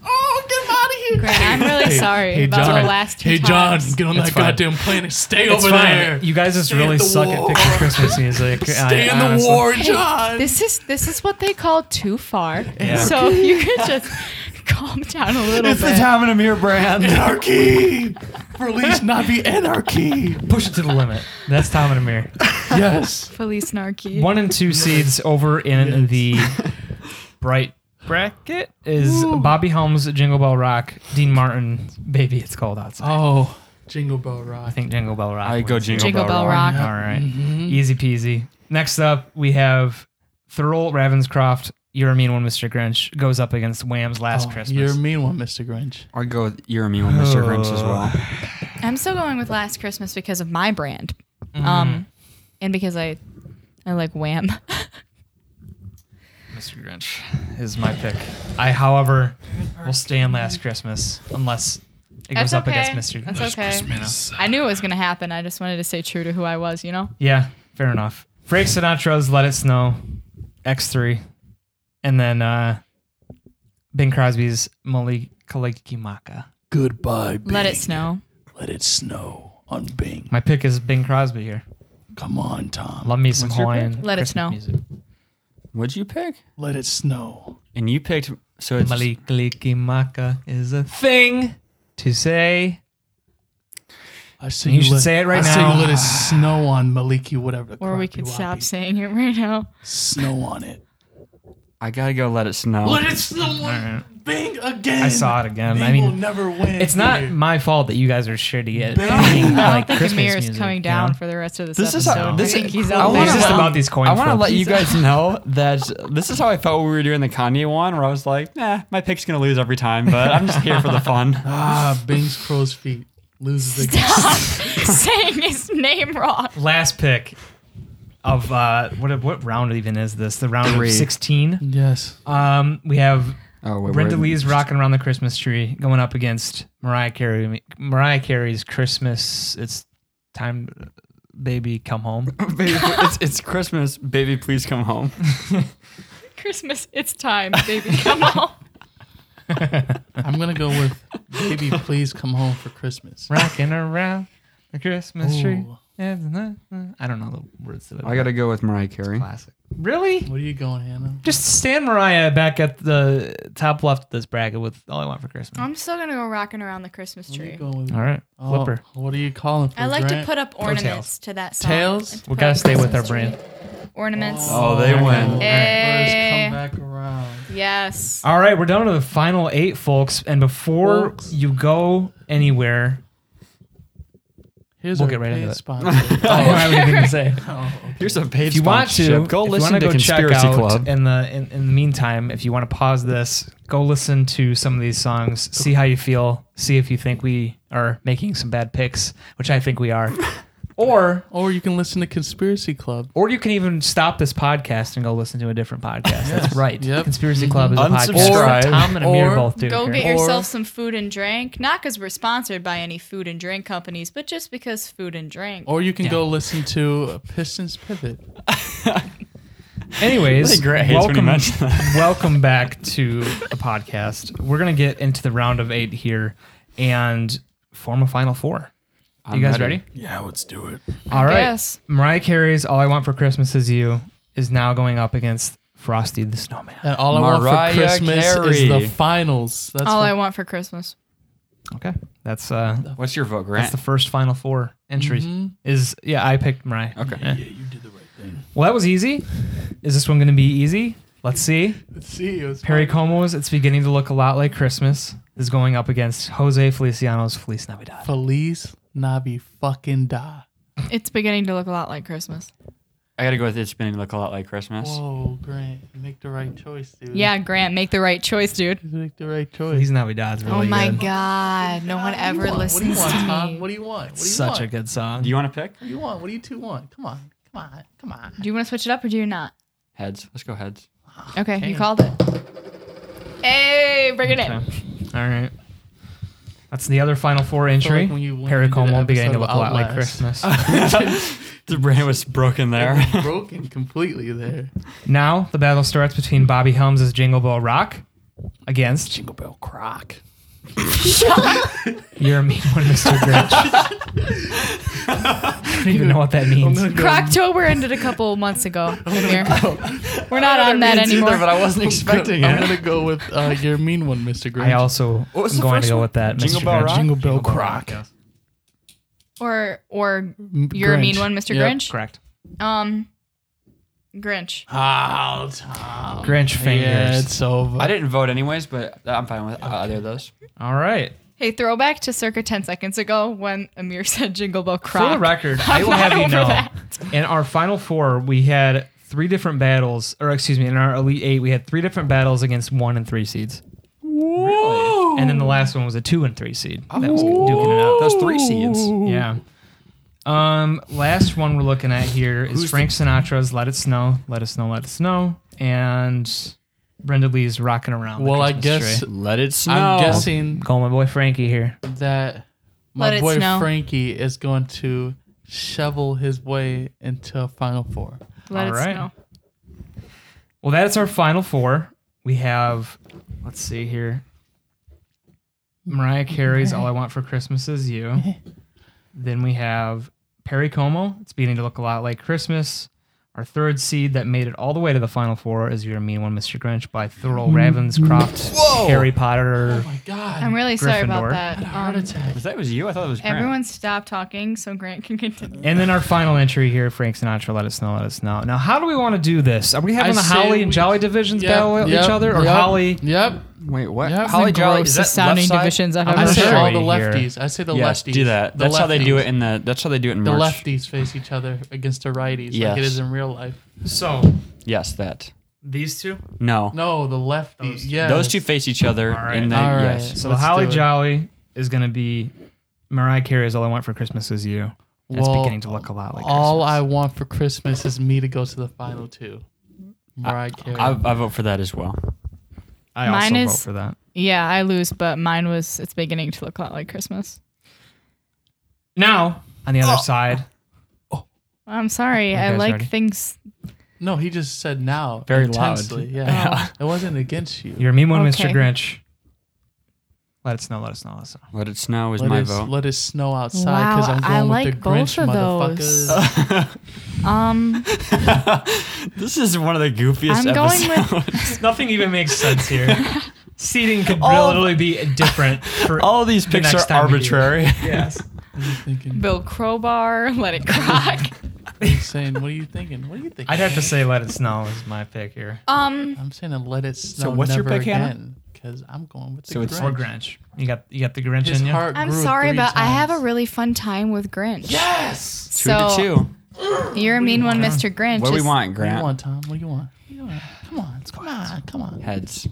[SPEAKER 6] Oh, get him out of here.
[SPEAKER 4] Grant, I'm really sorry about the last two
[SPEAKER 6] Hey, John,
[SPEAKER 4] times.
[SPEAKER 6] get on
[SPEAKER 5] It's
[SPEAKER 6] that
[SPEAKER 5] fine.
[SPEAKER 6] goddamn planet. Stay
[SPEAKER 5] It's
[SPEAKER 6] over
[SPEAKER 5] fine.
[SPEAKER 6] there.
[SPEAKER 5] You guys just
[SPEAKER 6] Stay at
[SPEAKER 5] really
[SPEAKER 6] the
[SPEAKER 5] suck at
[SPEAKER 6] war.
[SPEAKER 5] picking Christmas music.
[SPEAKER 6] Stay
[SPEAKER 5] I-
[SPEAKER 6] in the
[SPEAKER 5] honestly.
[SPEAKER 6] war, John.
[SPEAKER 4] This is this is what they call too far.
[SPEAKER 5] Yeah.
[SPEAKER 4] So if you could just calm down a little bit.
[SPEAKER 3] and Amir brand.
[SPEAKER 6] anarchy. Feliz Navi anarchy.
[SPEAKER 5] Push it to the limit. That's Tom and Amir.
[SPEAKER 6] Yes.
[SPEAKER 4] Felice Narky.
[SPEAKER 5] One and two seeds over in the bright bracket is Bobby Helms, Jingle Bell Rock, Dean Martin, Baby It's Cold Outside.
[SPEAKER 6] Oh, Jingle Bell Rock.
[SPEAKER 5] I think Jingle Bell Rock.
[SPEAKER 3] I go
[SPEAKER 5] wins.
[SPEAKER 3] Jingle,
[SPEAKER 4] Jingle Bell Rock. Mm-hmm.
[SPEAKER 5] All right. Easy peasy. Next up, we have Thurl Ravenscroft. You're a mean one, Mr. Grinch goes up against Wham's Last
[SPEAKER 6] Oh,
[SPEAKER 5] Christmas.
[SPEAKER 6] You're a mean one, Mr. Grinch.
[SPEAKER 3] I go with You're Me with Mr. Grinch as well.
[SPEAKER 4] I'm still going with Last Christmas because of my brand,
[SPEAKER 5] Mm-hmm.
[SPEAKER 4] um, and because I, I like Wham.
[SPEAKER 5] Mr. Grinch is my pick. I, however, will stay on Last Christmas unless it goes
[SPEAKER 4] That's
[SPEAKER 5] up
[SPEAKER 4] okay.
[SPEAKER 5] against Mr.
[SPEAKER 4] That's
[SPEAKER 5] Grinch.
[SPEAKER 4] okay. I knew it was gonna happen. I just wanted to stay true to who I was. You know.
[SPEAKER 5] Yeah, fair enough. Frank Sinatra's Let It Snow, X3, and then uh, Bing Crosby's Malik Kalikimaka.
[SPEAKER 6] Goodbye, Bing.
[SPEAKER 4] Let it snow.
[SPEAKER 6] Let it snow on Bing.
[SPEAKER 5] My pick is Bing Crosby here.
[SPEAKER 6] Come on, Tom.
[SPEAKER 5] Love me some
[SPEAKER 3] What's your pick?
[SPEAKER 5] Hawaiian.
[SPEAKER 4] Let It
[SPEAKER 5] Christmas
[SPEAKER 4] Snow.
[SPEAKER 5] Music.
[SPEAKER 3] What'd you pick?
[SPEAKER 6] Let it snow.
[SPEAKER 3] And you picked so it's
[SPEAKER 5] Malik Kalikimaka is a thing to say.
[SPEAKER 6] I say
[SPEAKER 5] You should say it right
[SPEAKER 6] I say
[SPEAKER 5] now.
[SPEAKER 6] you let it snow on Maliki, whatever. The
[SPEAKER 4] Or we
[SPEAKER 6] crappy
[SPEAKER 4] could
[SPEAKER 6] wappy.
[SPEAKER 4] stop saying it right now.
[SPEAKER 6] Snow on it.
[SPEAKER 3] I gotta go let it snow.
[SPEAKER 6] Let it snow on Bing again.
[SPEAKER 5] I saw it again.
[SPEAKER 6] Bing
[SPEAKER 5] I mean,
[SPEAKER 6] will never win.
[SPEAKER 5] It's not
[SPEAKER 6] dude.
[SPEAKER 5] my fault that you guys are shitty at
[SPEAKER 6] Bing.
[SPEAKER 5] picking,
[SPEAKER 4] I don't
[SPEAKER 5] like,
[SPEAKER 4] think
[SPEAKER 5] Christmas
[SPEAKER 4] Amir is
[SPEAKER 5] music,
[SPEAKER 4] coming
[SPEAKER 5] you
[SPEAKER 4] down
[SPEAKER 5] know?
[SPEAKER 4] for the rest of this,
[SPEAKER 3] This is
[SPEAKER 4] episode.
[SPEAKER 3] how this
[SPEAKER 4] I think
[SPEAKER 3] is,
[SPEAKER 4] he's
[SPEAKER 3] I
[SPEAKER 4] out
[SPEAKER 5] wanna-
[SPEAKER 4] there.
[SPEAKER 5] It's just about these coin
[SPEAKER 3] I want to
[SPEAKER 5] flips.
[SPEAKER 3] let you guys know that this is how I felt when we were doing the Kanye one, where I was like, "Nah, my pick's gonna lose every time, but I'm just here for the fun." Oh,
[SPEAKER 6] Ah, Bing's crow's feet. loses the
[SPEAKER 4] Stop saying his name wrong.
[SPEAKER 5] Last pick of uh, what what round even is this? The round
[SPEAKER 3] Three.
[SPEAKER 5] of sixteen.
[SPEAKER 6] Yes.
[SPEAKER 5] Um, we have
[SPEAKER 3] Oh, wait,
[SPEAKER 5] Brenda
[SPEAKER 3] we're-
[SPEAKER 5] Lee's "Rocking Around the Christmas Tree" going up against Mariah Carey. Mariah Carey's "Christmas." It's time, baby, come home.
[SPEAKER 3] Baby, it's, it's Christmas, baby. Please come home.
[SPEAKER 4] Christmas, it's time, baby. Come on.
[SPEAKER 6] I'm gonna go with baby, please come home for Christmas.
[SPEAKER 5] Rocking around the Christmas tree.
[SPEAKER 6] Ooh.
[SPEAKER 5] Yeah, nah, nah. I don't know the words to it.
[SPEAKER 3] I gotta go with Mariah Carey.
[SPEAKER 5] classic. Really?
[SPEAKER 6] What are you going, Hannah?
[SPEAKER 5] Just stand Mariah back at the top left of this bracket with all I want for Christmas.
[SPEAKER 4] I'm still gonna go rocking around the Christmas
[SPEAKER 6] What are
[SPEAKER 4] tree.
[SPEAKER 6] you going with?
[SPEAKER 5] all right,
[SPEAKER 6] Oh,
[SPEAKER 5] flipper.
[SPEAKER 6] What are you calling for?
[SPEAKER 4] I like to
[SPEAKER 6] Grant?
[SPEAKER 4] put up ornaments
[SPEAKER 5] Tails.
[SPEAKER 4] to that song.
[SPEAKER 6] Tails?
[SPEAKER 4] Like to
[SPEAKER 5] We
[SPEAKER 4] put
[SPEAKER 5] gotta
[SPEAKER 4] up
[SPEAKER 5] stay with our
[SPEAKER 4] Christmas
[SPEAKER 5] brand.
[SPEAKER 4] tree Ornaments.
[SPEAKER 3] Oh, they win.
[SPEAKER 4] Eh.
[SPEAKER 6] First come back around.
[SPEAKER 4] Yes.
[SPEAKER 5] All right, we're down to the final eight, folks. And before
[SPEAKER 6] Folks.
[SPEAKER 5] you go anywhere,
[SPEAKER 6] Here's
[SPEAKER 5] We'll
[SPEAKER 6] our
[SPEAKER 5] get right
[SPEAKER 6] paid
[SPEAKER 5] into it.
[SPEAKER 6] sponsor.
[SPEAKER 5] I don't have anything to say.
[SPEAKER 3] Here's a page.
[SPEAKER 5] If you want to,
[SPEAKER 3] go
[SPEAKER 5] if you
[SPEAKER 3] listen
[SPEAKER 5] wanna
[SPEAKER 3] to
[SPEAKER 5] go check
[SPEAKER 3] Conspiracy
[SPEAKER 5] out
[SPEAKER 3] Club.
[SPEAKER 5] In the in, in the meantime, if you want to pause this, go listen to some of these songs, see how you feel, see if you think we are making some bad picks, which I think we are. or
[SPEAKER 6] or you can listen to Conspiracy Club.
[SPEAKER 5] or you can even stop this podcast and go listen to a different podcast. That's right.
[SPEAKER 6] Yep.
[SPEAKER 5] Conspiracy Club is a
[SPEAKER 3] Unsubscribe.
[SPEAKER 5] podcast. Tom and Amir
[SPEAKER 6] Or-
[SPEAKER 5] both do.
[SPEAKER 4] Go
[SPEAKER 5] here.
[SPEAKER 4] get
[SPEAKER 6] Or-
[SPEAKER 4] yourself some food and drink. Not because we're sponsored by any food and drink companies, but just because food and drink.
[SPEAKER 6] Or you can go listen to Pistons Pivot.
[SPEAKER 5] Anyways,
[SPEAKER 3] I think Grant hates when he
[SPEAKER 5] welcome,
[SPEAKER 3] mentioned that.
[SPEAKER 5] welcome back to the podcast. We're gonna get into the round of eight here and form a final four. you guys ready?
[SPEAKER 6] Yeah, let's do it.
[SPEAKER 5] All right.
[SPEAKER 4] guess.
[SPEAKER 5] Mariah Carey's "All I Want for Christmas Is You" is now going up against Frosty the Snowman.
[SPEAKER 6] And all I
[SPEAKER 3] Mariah
[SPEAKER 6] want for Christmas
[SPEAKER 3] Carey.
[SPEAKER 6] is the finals. That's
[SPEAKER 4] All
[SPEAKER 6] what-
[SPEAKER 4] I want for Christmas.
[SPEAKER 5] Okay, that's uh,
[SPEAKER 3] What's your vote,
[SPEAKER 5] that's
[SPEAKER 3] Grant?
[SPEAKER 5] the first final four entry.
[SPEAKER 6] Mm-hmm.
[SPEAKER 5] Is yeah, I picked Mariah.
[SPEAKER 3] Okay.
[SPEAKER 5] Yeah, you did the right thing. Well, that was easy. Is this one gonna be easy? Let's see.
[SPEAKER 6] Let's see. it was
[SPEAKER 5] Perry
[SPEAKER 6] fun.
[SPEAKER 5] Como's "It's Beginning to Look a Lot Like Christmas" is going up against Jose Feliciano's "Feliz Navidad."
[SPEAKER 6] Feliz Navi fucking da.
[SPEAKER 4] It's beginning to look a lot like Christmas.
[SPEAKER 3] I gotta go with it's been look a lot like Christmas.
[SPEAKER 6] Whoa, Grant, you make the right choice, dude.
[SPEAKER 4] Yeah, Grant, make the right choice, dude.
[SPEAKER 6] You make the right choice.
[SPEAKER 5] Feliz Navidad's really
[SPEAKER 4] Oh my
[SPEAKER 5] good.
[SPEAKER 4] God! No one ever
[SPEAKER 6] What do you
[SPEAKER 4] listens
[SPEAKER 6] want,
[SPEAKER 4] to
[SPEAKER 6] Tom? What
[SPEAKER 4] me.
[SPEAKER 6] do you want? What do you
[SPEAKER 5] Such
[SPEAKER 6] want?
[SPEAKER 5] a good song.
[SPEAKER 3] Do you want to pick
[SPEAKER 6] What do you want? What do you two want? Come on. Come on. Come on.
[SPEAKER 4] Do you want to switch it up or do you not?
[SPEAKER 3] heads? Let's go heads.
[SPEAKER 4] Okay, you
[SPEAKER 6] Damn.
[SPEAKER 4] called it. Hey, bring it in.
[SPEAKER 5] All right. That's the other final four entry.
[SPEAKER 6] like when you- when
[SPEAKER 5] Perry
[SPEAKER 6] you did
[SPEAKER 5] Como
[SPEAKER 6] an
[SPEAKER 5] will be getting to
[SPEAKER 6] episode
[SPEAKER 5] look
[SPEAKER 6] of
[SPEAKER 5] a lot like
[SPEAKER 6] Outlast.
[SPEAKER 5] Christmas.
[SPEAKER 3] The brand was broken there.
[SPEAKER 6] Broken completely there.
[SPEAKER 5] now the battle starts between Bobby Helms' Jingle Bell Rock against
[SPEAKER 6] Jingle bell crock.
[SPEAKER 5] You're a mean one, Mr. Grinch. I don't even know what that means.
[SPEAKER 4] Croctober ended a couple months ago.
[SPEAKER 5] Oh
[SPEAKER 4] Amir. We're not on that anymore.
[SPEAKER 3] but I wasn't expecting
[SPEAKER 6] I'm
[SPEAKER 3] it.
[SPEAKER 6] gonna go with uh, your mean one, Mr. Grinch.
[SPEAKER 5] I also
[SPEAKER 3] was
[SPEAKER 5] am
[SPEAKER 3] the
[SPEAKER 5] going
[SPEAKER 3] first
[SPEAKER 5] to go
[SPEAKER 3] one?
[SPEAKER 5] with that,
[SPEAKER 3] Jingle
[SPEAKER 5] Mr.
[SPEAKER 3] Bell
[SPEAKER 5] Grinch.
[SPEAKER 3] Rock?
[SPEAKER 6] Jingle bell crock.
[SPEAKER 4] or or you're a mean one, Mr.
[SPEAKER 6] Yep.
[SPEAKER 4] Grinch.
[SPEAKER 5] Correct.
[SPEAKER 4] Um, Grinch.
[SPEAKER 6] Oh, Tom.
[SPEAKER 5] Grinch fingers.
[SPEAKER 6] Yeah, it's over.
[SPEAKER 3] I didn't vote anyways, but I'm fine with uh, either of those.
[SPEAKER 5] All right.
[SPEAKER 4] Hey, throwback to circa 10 seconds ago when Amir said Jingle Bell Croc.
[SPEAKER 5] For the record, I will
[SPEAKER 4] not
[SPEAKER 5] have you
[SPEAKER 4] over
[SPEAKER 5] know,
[SPEAKER 4] that.
[SPEAKER 5] in our final four, we had three different battles, or excuse me, in our elite eight, we had three different battles against one and three seeds. Really? And then the last one was a two and three seed. That was
[SPEAKER 6] Oh.
[SPEAKER 5] duking it out.
[SPEAKER 3] Those three seeds.
[SPEAKER 5] Yeah. Um, last one we're looking at here is Frank Sinatra's "Let It Snow, Let It Snow, Let It Snow," and Brenda Lee's "Rocking Around." the
[SPEAKER 6] well, I
[SPEAKER 5] Christmas
[SPEAKER 6] guess
[SPEAKER 5] Tree.
[SPEAKER 3] Let it snow.
[SPEAKER 6] I'm guessing
[SPEAKER 5] call my boy Frankie here.
[SPEAKER 6] that
[SPEAKER 4] Let
[SPEAKER 6] my
[SPEAKER 4] it
[SPEAKER 6] boy
[SPEAKER 4] snow.
[SPEAKER 6] Frankie is going to shovel his way into a Final Four.
[SPEAKER 4] Let
[SPEAKER 5] All
[SPEAKER 4] it
[SPEAKER 5] right.
[SPEAKER 4] snow.
[SPEAKER 5] Well, that's our final four. We have, let's see here, Mariah Carey's "All I Want for Christmas Is You." then we have Perry Como. It's beginning to look a lot like Christmas. Our third seed that made it all the way to the final four is your mean one, Mr. Grinch, by Thurl
[SPEAKER 6] Mm-hmm.
[SPEAKER 5] Ravenscroft, Harry Potter.
[SPEAKER 6] My God,
[SPEAKER 4] I'm really sorry about
[SPEAKER 5] Gryffindor.
[SPEAKER 4] that.
[SPEAKER 6] heart
[SPEAKER 4] Um,
[SPEAKER 6] attack.
[SPEAKER 3] If that was you, I thought it was Grant.
[SPEAKER 4] everyone stop talking so Grant can continue.
[SPEAKER 5] and then our final entry here, Frank Sinatra, let us know, let us know. Now, how do we want to do this? Are we having
[SPEAKER 6] I
[SPEAKER 5] the
[SPEAKER 6] say
[SPEAKER 5] Holly and
[SPEAKER 6] we-
[SPEAKER 5] Jolly divisions
[SPEAKER 6] Yep,
[SPEAKER 5] battle
[SPEAKER 6] yep,
[SPEAKER 5] each other, or
[SPEAKER 6] yep,
[SPEAKER 5] Holly?
[SPEAKER 6] Yep.
[SPEAKER 3] Wait, what?
[SPEAKER 6] Yeah,
[SPEAKER 3] Holly Jolly is that left
[SPEAKER 4] Grossest sounding
[SPEAKER 3] side?
[SPEAKER 4] divisions I've
[SPEAKER 5] I'm
[SPEAKER 6] I
[SPEAKER 5] not
[SPEAKER 6] say
[SPEAKER 5] sure.
[SPEAKER 6] all the
[SPEAKER 5] Here.
[SPEAKER 6] lefties. I say the
[SPEAKER 3] Yes,
[SPEAKER 6] lefties.
[SPEAKER 3] do that.
[SPEAKER 6] The
[SPEAKER 3] That's how they do
[SPEAKER 6] lefties.
[SPEAKER 3] it in the. That's how they do it in
[SPEAKER 6] The
[SPEAKER 3] March.
[SPEAKER 6] lefties face each other against the righties,
[SPEAKER 3] Yes.
[SPEAKER 6] like it is in real life.
[SPEAKER 5] So,
[SPEAKER 3] Yes, that.
[SPEAKER 5] these two?
[SPEAKER 3] No.
[SPEAKER 6] No, the lefties. Yeah,
[SPEAKER 3] Those two face each other
[SPEAKER 5] All right.
[SPEAKER 3] in the
[SPEAKER 6] All right.
[SPEAKER 3] yes.
[SPEAKER 5] So,
[SPEAKER 6] Let's
[SPEAKER 5] the Holly
[SPEAKER 6] do it.
[SPEAKER 5] Jolly is going to be Mariah Carey is all I want for Christmas is you. And it's
[SPEAKER 6] Well,
[SPEAKER 5] beginning to look a lot like
[SPEAKER 6] All
[SPEAKER 5] Christmas.
[SPEAKER 6] I want for Christmas is me to go to the final two. Mariah Carey.
[SPEAKER 3] I, I vote for that as well.
[SPEAKER 5] I
[SPEAKER 4] Mine
[SPEAKER 5] also
[SPEAKER 4] is-
[SPEAKER 5] vote for that.
[SPEAKER 4] Yeah, I lose, but mine was it's beginning to look a lot like Christmas.
[SPEAKER 5] Now on the
[SPEAKER 6] Oh.
[SPEAKER 5] other side,
[SPEAKER 4] I'm sorry.
[SPEAKER 5] You
[SPEAKER 4] I
[SPEAKER 5] guys
[SPEAKER 4] like
[SPEAKER 5] ready?
[SPEAKER 4] things.
[SPEAKER 6] no, he just said now.
[SPEAKER 3] Very loud.
[SPEAKER 6] intensely. Yeah. it wasn't against you.
[SPEAKER 5] you're a mean one, Mr.
[SPEAKER 4] Okay.
[SPEAKER 5] Grinch. Let it snow. Let it snow. Let it snow.
[SPEAKER 3] Let it snow is
[SPEAKER 6] let
[SPEAKER 3] my
[SPEAKER 6] it,
[SPEAKER 3] vote.
[SPEAKER 6] let it snow outside because
[SPEAKER 4] Wow,
[SPEAKER 6] I'm going
[SPEAKER 4] I
[SPEAKER 6] with
[SPEAKER 4] like
[SPEAKER 6] the
[SPEAKER 4] both
[SPEAKER 6] Grinch,
[SPEAKER 4] of those.
[SPEAKER 6] motherfuckers.
[SPEAKER 4] Um,
[SPEAKER 3] This is one of the goofiest
[SPEAKER 4] I'm going with-
[SPEAKER 3] episodes.
[SPEAKER 5] Nothing even makes sense here. Seating could literally be different for
[SPEAKER 3] All these
[SPEAKER 5] the
[SPEAKER 3] picks
[SPEAKER 5] next
[SPEAKER 3] are
[SPEAKER 5] time we do
[SPEAKER 3] arbitrary.
[SPEAKER 5] it. Yes.
[SPEAKER 6] thinking,
[SPEAKER 4] Bill Crowbar, Let It Crack.
[SPEAKER 6] I'm saying, what are you thinking? What are you thinking?
[SPEAKER 5] I'd have to say let it snow is my pick here.
[SPEAKER 4] um,
[SPEAKER 6] I'm saying, let it snow.
[SPEAKER 5] what's your
[SPEAKER 6] never
[SPEAKER 5] pick, Hannah?
[SPEAKER 6] again because I'm going with the
[SPEAKER 3] So it's-
[SPEAKER 6] Grinch.
[SPEAKER 5] Or Grinch. You got you got the Grinch
[SPEAKER 6] His
[SPEAKER 5] in you.
[SPEAKER 6] heart
[SPEAKER 4] I'm
[SPEAKER 6] grew
[SPEAKER 4] sorry,
[SPEAKER 6] three
[SPEAKER 4] but I have a
[SPEAKER 6] times.
[SPEAKER 4] really fun time with Grinch.
[SPEAKER 5] Yes.
[SPEAKER 3] Two to
[SPEAKER 4] So
[SPEAKER 3] two.
[SPEAKER 4] you're a mean one, Mr. Grinch.
[SPEAKER 3] What do we
[SPEAKER 4] is-
[SPEAKER 3] want,
[SPEAKER 6] What do you
[SPEAKER 3] Grant?
[SPEAKER 6] want, Tom? What do you want? What do you want? Come on, come on, come on.
[SPEAKER 3] Heads.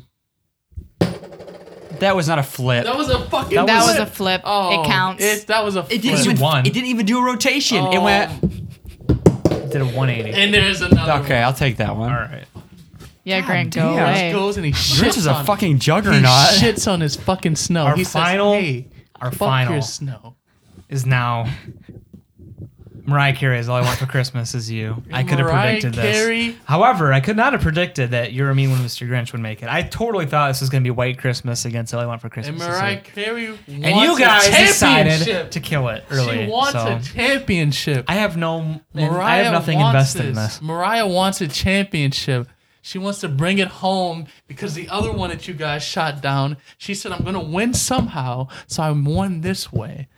[SPEAKER 3] That was not a flip.
[SPEAKER 6] was a fucking.
[SPEAKER 4] That was a flip.
[SPEAKER 3] Oh,
[SPEAKER 4] it counts.
[SPEAKER 6] Oh, It, that was a flip.
[SPEAKER 5] You even- won. it
[SPEAKER 3] didn't even do a rotation.
[SPEAKER 4] Oh.
[SPEAKER 6] It went-
[SPEAKER 5] Did a 180.
[SPEAKER 6] and there's another.
[SPEAKER 3] Okay, I'll take that one.
[SPEAKER 5] All right.
[SPEAKER 4] yeah, Grant, go
[SPEAKER 3] damn.
[SPEAKER 6] He
[SPEAKER 4] away.
[SPEAKER 6] goes and he shits
[SPEAKER 3] Grinch is a
[SPEAKER 6] on
[SPEAKER 3] fucking
[SPEAKER 6] He
[SPEAKER 3] juggernaut.
[SPEAKER 6] shits on his fucking snow.
[SPEAKER 5] Our
[SPEAKER 6] he
[SPEAKER 5] final-
[SPEAKER 6] says, "Hey,
[SPEAKER 5] Our
[SPEAKER 6] fuck
[SPEAKER 5] final
[SPEAKER 6] your snow."
[SPEAKER 5] is now. Mariah Carey is all I want for Christmas is you. I could have
[SPEAKER 6] Mariah
[SPEAKER 5] predicted
[SPEAKER 6] Carey.
[SPEAKER 5] this. However, I could not have predicted that You're a Mean One, Mr. Grinch would make it. I totally thought this was going to be White Christmas against All I Want for
[SPEAKER 6] And
[SPEAKER 5] Christmas. Is
[SPEAKER 6] Mariah
[SPEAKER 5] You.
[SPEAKER 6] Carey wants
[SPEAKER 5] And you guys
[SPEAKER 6] a championship.
[SPEAKER 5] decided to kill it early.
[SPEAKER 6] she wants
[SPEAKER 5] so.
[SPEAKER 6] a championship.
[SPEAKER 5] I have no.
[SPEAKER 6] Mariah
[SPEAKER 5] I have nothing
[SPEAKER 6] wants
[SPEAKER 5] invested in
[SPEAKER 6] this.
[SPEAKER 5] this.
[SPEAKER 6] Mariah wants a championship. She wants to bring it home because the other one that you guys shot down, she said, I'm going to win somehow. So I won this way.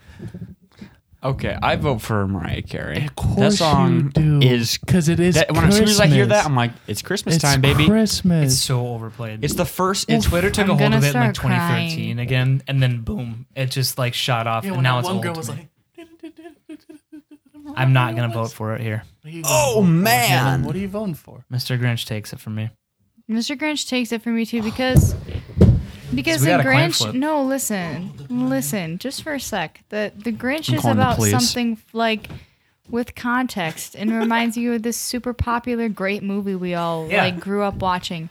[SPEAKER 3] Okay, I vote for Mariah Carey.
[SPEAKER 6] Of course
[SPEAKER 3] that song
[SPEAKER 6] you do.
[SPEAKER 3] is
[SPEAKER 6] because it is
[SPEAKER 3] that, when, as
[SPEAKER 6] Christmas.
[SPEAKER 3] soon as I hear that, I'm like, it's Christmas
[SPEAKER 6] it's
[SPEAKER 3] time, baby.
[SPEAKER 6] Christmas.
[SPEAKER 5] It's so overplayed.
[SPEAKER 3] It's the first.
[SPEAKER 5] and
[SPEAKER 3] It's
[SPEAKER 5] Twitter took
[SPEAKER 4] I'm
[SPEAKER 5] a hold
[SPEAKER 4] gonna
[SPEAKER 5] of it in like
[SPEAKER 4] start crying.
[SPEAKER 5] 2013 again, and then boom, it just like shot off,
[SPEAKER 6] yeah,
[SPEAKER 5] and
[SPEAKER 6] when that
[SPEAKER 5] now it's
[SPEAKER 6] one
[SPEAKER 5] old.
[SPEAKER 6] girl
[SPEAKER 5] to
[SPEAKER 6] was
[SPEAKER 5] me.
[SPEAKER 6] like,
[SPEAKER 5] I'm not gonna vote for it here.
[SPEAKER 3] oh man,
[SPEAKER 6] What are you voting for?
[SPEAKER 5] Mr. Grinch takes it from me.
[SPEAKER 4] Mr. Grinch takes it from me too because because
[SPEAKER 5] we
[SPEAKER 4] the
[SPEAKER 5] got a coin
[SPEAKER 4] Grinch.
[SPEAKER 5] flip.
[SPEAKER 4] No, listen, listen, just for a sec. The the Grinch
[SPEAKER 3] I'm
[SPEAKER 4] is
[SPEAKER 3] calling the
[SPEAKER 4] about
[SPEAKER 3] police.
[SPEAKER 4] something like with context and reminds you of this super popular great movie we all
[SPEAKER 5] Yeah.
[SPEAKER 4] like grew up watching.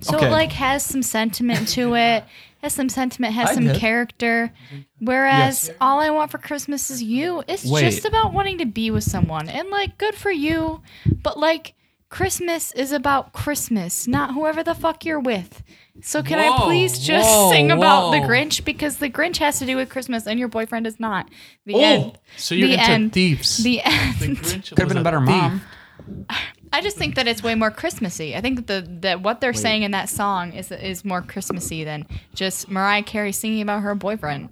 [SPEAKER 4] So
[SPEAKER 3] Okay.
[SPEAKER 4] it like has some sentiment to it. Has some sentiment, has
[SPEAKER 3] I
[SPEAKER 4] some
[SPEAKER 3] did.
[SPEAKER 4] character. Whereas all I want for Christmas is you. It's
[SPEAKER 3] Wait.
[SPEAKER 4] just about wanting to be with someone and like good for you, but like Christmas is about Christmas, not whoever the fuck you're with. So can I
[SPEAKER 6] Whoa,
[SPEAKER 4] please just
[SPEAKER 6] whoa,
[SPEAKER 4] sing about the
[SPEAKER 6] whoa.
[SPEAKER 4] Grinch because the Grinch has to do with Christmas and your boyfriend is not. The
[SPEAKER 6] Oh,
[SPEAKER 4] end.
[SPEAKER 6] so you're
[SPEAKER 4] the
[SPEAKER 6] into
[SPEAKER 4] end.
[SPEAKER 6] thieves.
[SPEAKER 4] The end.
[SPEAKER 6] Could
[SPEAKER 3] could have been a better mom.
[SPEAKER 4] I just think that it's way more Christmassy. I think that the that what they're saying in that song is is more Christmassy than just Mariah Carey singing about her boyfriend.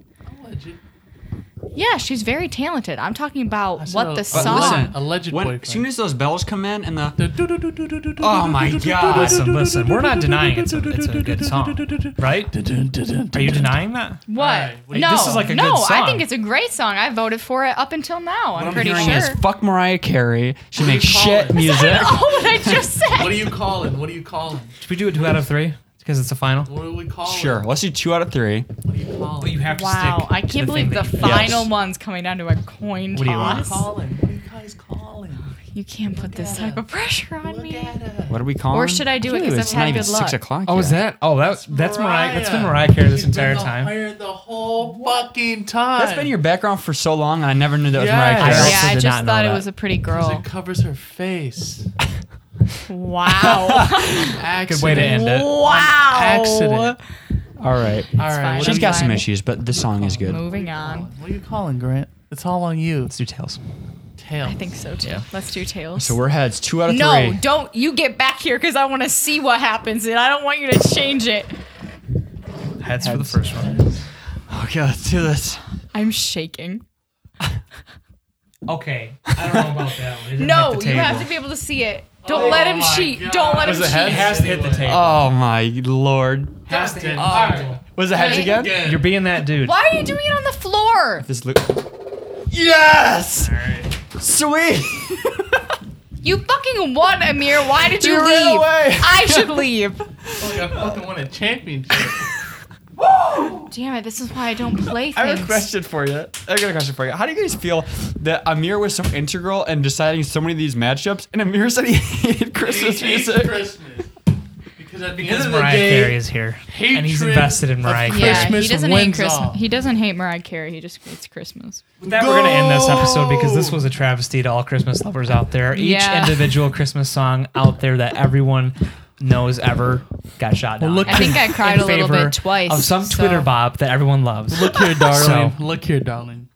[SPEAKER 4] Yeah, she's very talented. I'm talking about what the song.
[SPEAKER 3] listen,
[SPEAKER 6] Alleged
[SPEAKER 3] When, as soon
[SPEAKER 6] boyfriend.
[SPEAKER 3] as those bells come in and the
[SPEAKER 6] Oh
[SPEAKER 3] oh my god,
[SPEAKER 5] Listen, listen, we're not denying it's a, it's a good song, right? Are you denying that?
[SPEAKER 4] What?
[SPEAKER 5] Wait,
[SPEAKER 4] no,
[SPEAKER 5] this is like a
[SPEAKER 4] no.
[SPEAKER 5] good song.
[SPEAKER 4] I think it's a great song. I voted for it up until now. I'm,
[SPEAKER 6] I'm
[SPEAKER 4] pretty
[SPEAKER 6] hearing
[SPEAKER 4] sure.
[SPEAKER 3] is fuck Mariah Carey. She
[SPEAKER 6] What do
[SPEAKER 3] makes
[SPEAKER 6] you call
[SPEAKER 3] shit
[SPEAKER 6] it?
[SPEAKER 3] music.
[SPEAKER 4] oh, what I just said.
[SPEAKER 6] What are you calling? What are you calling?
[SPEAKER 5] Should we do a two out of three? Because it's a final.
[SPEAKER 6] What are we calling?
[SPEAKER 3] Sure, let's do two out of three.
[SPEAKER 6] What are you calling?
[SPEAKER 5] But you have to
[SPEAKER 4] Wow,
[SPEAKER 5] stick.
[SPEAKER 4] I
[SPEAKER 5] to
[SPEAKER 4] can't
[SPEAKER 5] thing
[SPEAKER 4] believe the
[SPEAKER 5] that you-
[SPEAKER 4] final one's coming down to a coin
[SPEAKER 5] What do you want?
[SPEAKER 4] toss. You,
[SPEAKER 6] calling? What are you guys calling?
[SPEAKER 4] can't put this type of pressure on
[SPEAKER 6] Look
[SPEAKER 4] me.
[SPEAKER 6] at her.
[SPEAKER 3] What are we calling?
[SPEAKER 4] Or should I do it 'cause
[SPEAKER 3] Ooh,
[SPEAKER 4] I've
[SPEAKER 3] it's not
[SPEAKER 4] had
[SPEAKER 3] even
[SPEAKER 4] good luck.
[SPEAKER 3] Six o'clock.
[SPEAKER 5] Oh,
[SPEAKER 3] yet.
[SPEAKER 5] is that? Oh, that, that's Mariah. That's been Mariah Carey this
[SPEAKER 6] She's been
[SPEAKER 5] entire
[SPEAKER 6] the
[SPEAKER 5] time.
[SPEAKER 6] Mariah the whole fucking time.
[SPEAKER 3] That's been your background for so long, and I never knew that was
[SPEAKER 6] Yes.
[SPEAKER 3] Mariah Carey.
[SPEAKER 5] also
[SPEAKER 4] yeah, I
[SPEAKER 5] did
[SPEAKER 4] just
[SPEAKER 5] not know
[SPEAKER 4] thought it
[SPEAKER 5] that.
[SPEAKER 4] was a pretty
[SPEAKER 6] 'Cause
[SPEAKER 4] girl.
[SPEAKER 6] It covers her face.
[SPEAKER 4] Wow.
[SPEAKER 6] Accident.
[SPEAKER 5] Good way to end it.
[SPEAKER 4] wow.
[SPEAKER 6] Accident.
[SPEAKER 3] All right,
[SPEAKER 6] All right.
[SPEAKER 4] fine.
[SPEAKER 6] what
[SPEAKER 3] she's
[SPEAKER 6] are
[SPEAKER 3] got
[SPEAKER 6] you
[SPEAKER 3] some
[SPEAKER 4] glad-
[SPEAKER 3] issues, but this song is good.
[SPEAKER 4] Moving on.
[SPEAKER 6] calling? What are you calling, Grant? It's all on you. It's
[SPEAKER 5] Let's do tails.
[SPEAKER 6] tail.
[SPEAKER 4] I think so too. Let's do tails.
[SPEAKER 3] So we're heads two out of
[SPEAKER 4] no,
[SPEAKER 3] three.
[SPEAKER 4] don't you get back here because I want to see what happens and I don't want you to change it.
[SPEAKER 5] Heads for the first one.
[SPEAKER 3] Okay, let's do this.
[SPEAKER 4] I'm shaking.
[SPEAKER 5] Okay. I don't know about that one. It didn't
[SPEAKER 4] No,
[SPEAKER 5] hit the
[SPEAKER 4] you have
[SPEAKER 5] table.
[SPEAKER 4] to be able to see it. Don't let him
[SPEAKER 6] Oh my
[SPEAKER 4] cheat.
[SPEAKER 6] God.
[SPEAKER 4] Don't let him
[SPEAKER 6] Was
[SPEAKER 4] cheat.
[SPEAKER 6] it heads?
[SPEAKER 5] It has to hit the table.
[SPEAKER 3] Oh my lord!
[SPEAKER 4] Oh,
[SPEAKER 5] has to hit the
[SPEAKER 6] Alright.
[SPEAKER 5] table.
[SPEAKER 3] Was it heads
[SPEAKER 4] Hey,
[SPEAKER 3] again?
[SPEAKER 5] You're being that dude.
[SPEAKER 4] Why are you doing it on the floor?
[SPEAKER 3] This look. Yes. Sweet.
[SPEAKER 4] You fucking won, Amir. Why did you
[SPEAKER 3] You ran
[SPEAKER 4] leave?
[SPEAKER 3] away.
[SPEAKER 4] I should leave.
[SPEAKER 6] I fucking won a championship.
[SPEAKER 4] Damn it, this is why I don't play things.
[SPEAKER 3] I have a question for you. I got a question for you. How do you guys feel that Amir was so integral in deciding so many of these matchups, and Amir said he hated Christmas
[SPEAKER 6] hates
[SPEAKER 3] music?
[SPEAKER 6] Christmas. Because at the
[SPEAKER 5] Because
[SPEAKER 6] end of the
[SPEAKER 5] Mariah Carey
[SPEAKER 6] day,
[SPEAKER 5] is here,
[SPEAKER 6] hatred
[SPEAKER 5] and he's invested in
[SPEAKER 6] of
[SPEAKER 5] Mariah Carey.
[SPEAKER 4] Yeah,
[SPEAKER 6] Christmas
[SPEAKER 4] he doesn't hate
[SPEAKER 6] wins
[SPEAKER 4] Christmas.
[SPEAKER 6] all.
[SPEAKER 4] He doesn't hate Mariah Carey. He just hates Christmas.
[SPEAKER 5] With that, we're going to end this episode because this
[SPEAKER 6] Go!
[SPEAKER 5] was a travesty to all Christmas lovers out there. Each
[SPEAKER 4] Oh. Yeah.
[SPEAKER 5] individual Christmas song out there that everyone knows ever got shot down.
[SPEAKER 6] look-
[SPEAKER 4] I think I cried
[SPEAKER 5] in
[SPEAKER 4] a little
[SPEAKER 5] favor
[SPEAKER 4] bit twice.
[SPEAKER 5] Of some
[SPEAKER 4] so-
[SPEAKER 5] Twitter bop that everyone loves.
[SPEAKER 6] look here, darling.
[SPEAKER 5] So-
[SPEAKER 6] Look here, darling.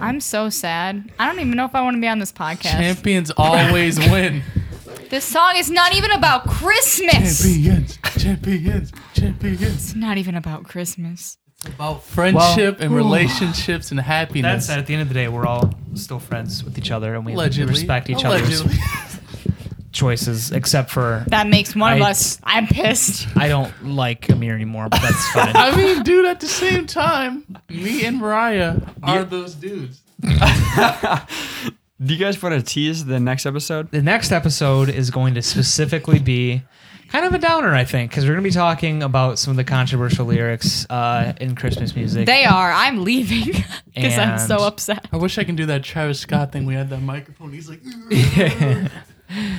[SPEAKER 4] I'm so sad. I don't even know if I want to be on this podcast.
[SPEAKER 6] Champions always win.
[SPEAKER 4] This song is not even about Christmas.
[SPEAKER 6] Champions, champions, champions.
[SPEAKER 4] It's not even about Christmas.
[SPEAKER 6] It's about friendship and relationships and
[SPEAKER 5] That
[SPEAKER 6] happiness.
[SPEAKER 5] said, at the end of the day, we're all still friends with each other, and we
[SPEAKER 6] Allegedly.
[SPEAKER 5] respect each
[SPEAKER 6] Allegedly.
[SPEAKER 5] other's choices. Except for
[SPEAKER 4] That makes one of
[SPEAKER 5] I-
[SPEAKER 4] us. I'm pissed.
[SPEAKER 5] I don't like Amir anymore, but that's fine.
[SPEAKER 6] I mean, dude, at the same time, me and Mariah are those dudes.
[SPEAKER 3] Do you guys want to tease the next episode?
[SPEAKER 5] the next episode is going to specifically be kind of a downer, I think, because we're going to be talking about some of the controversial lyrics uh, in Christmas music.
[SPEAKER 4] They are. I'm leaving because I'm
[SPEAKER 5] And-
[SPEAKER 4] so upset.
[SPEAKER 6] I wish I can do that Travis Scott thing. We had that microphone. He's like, "Ugh."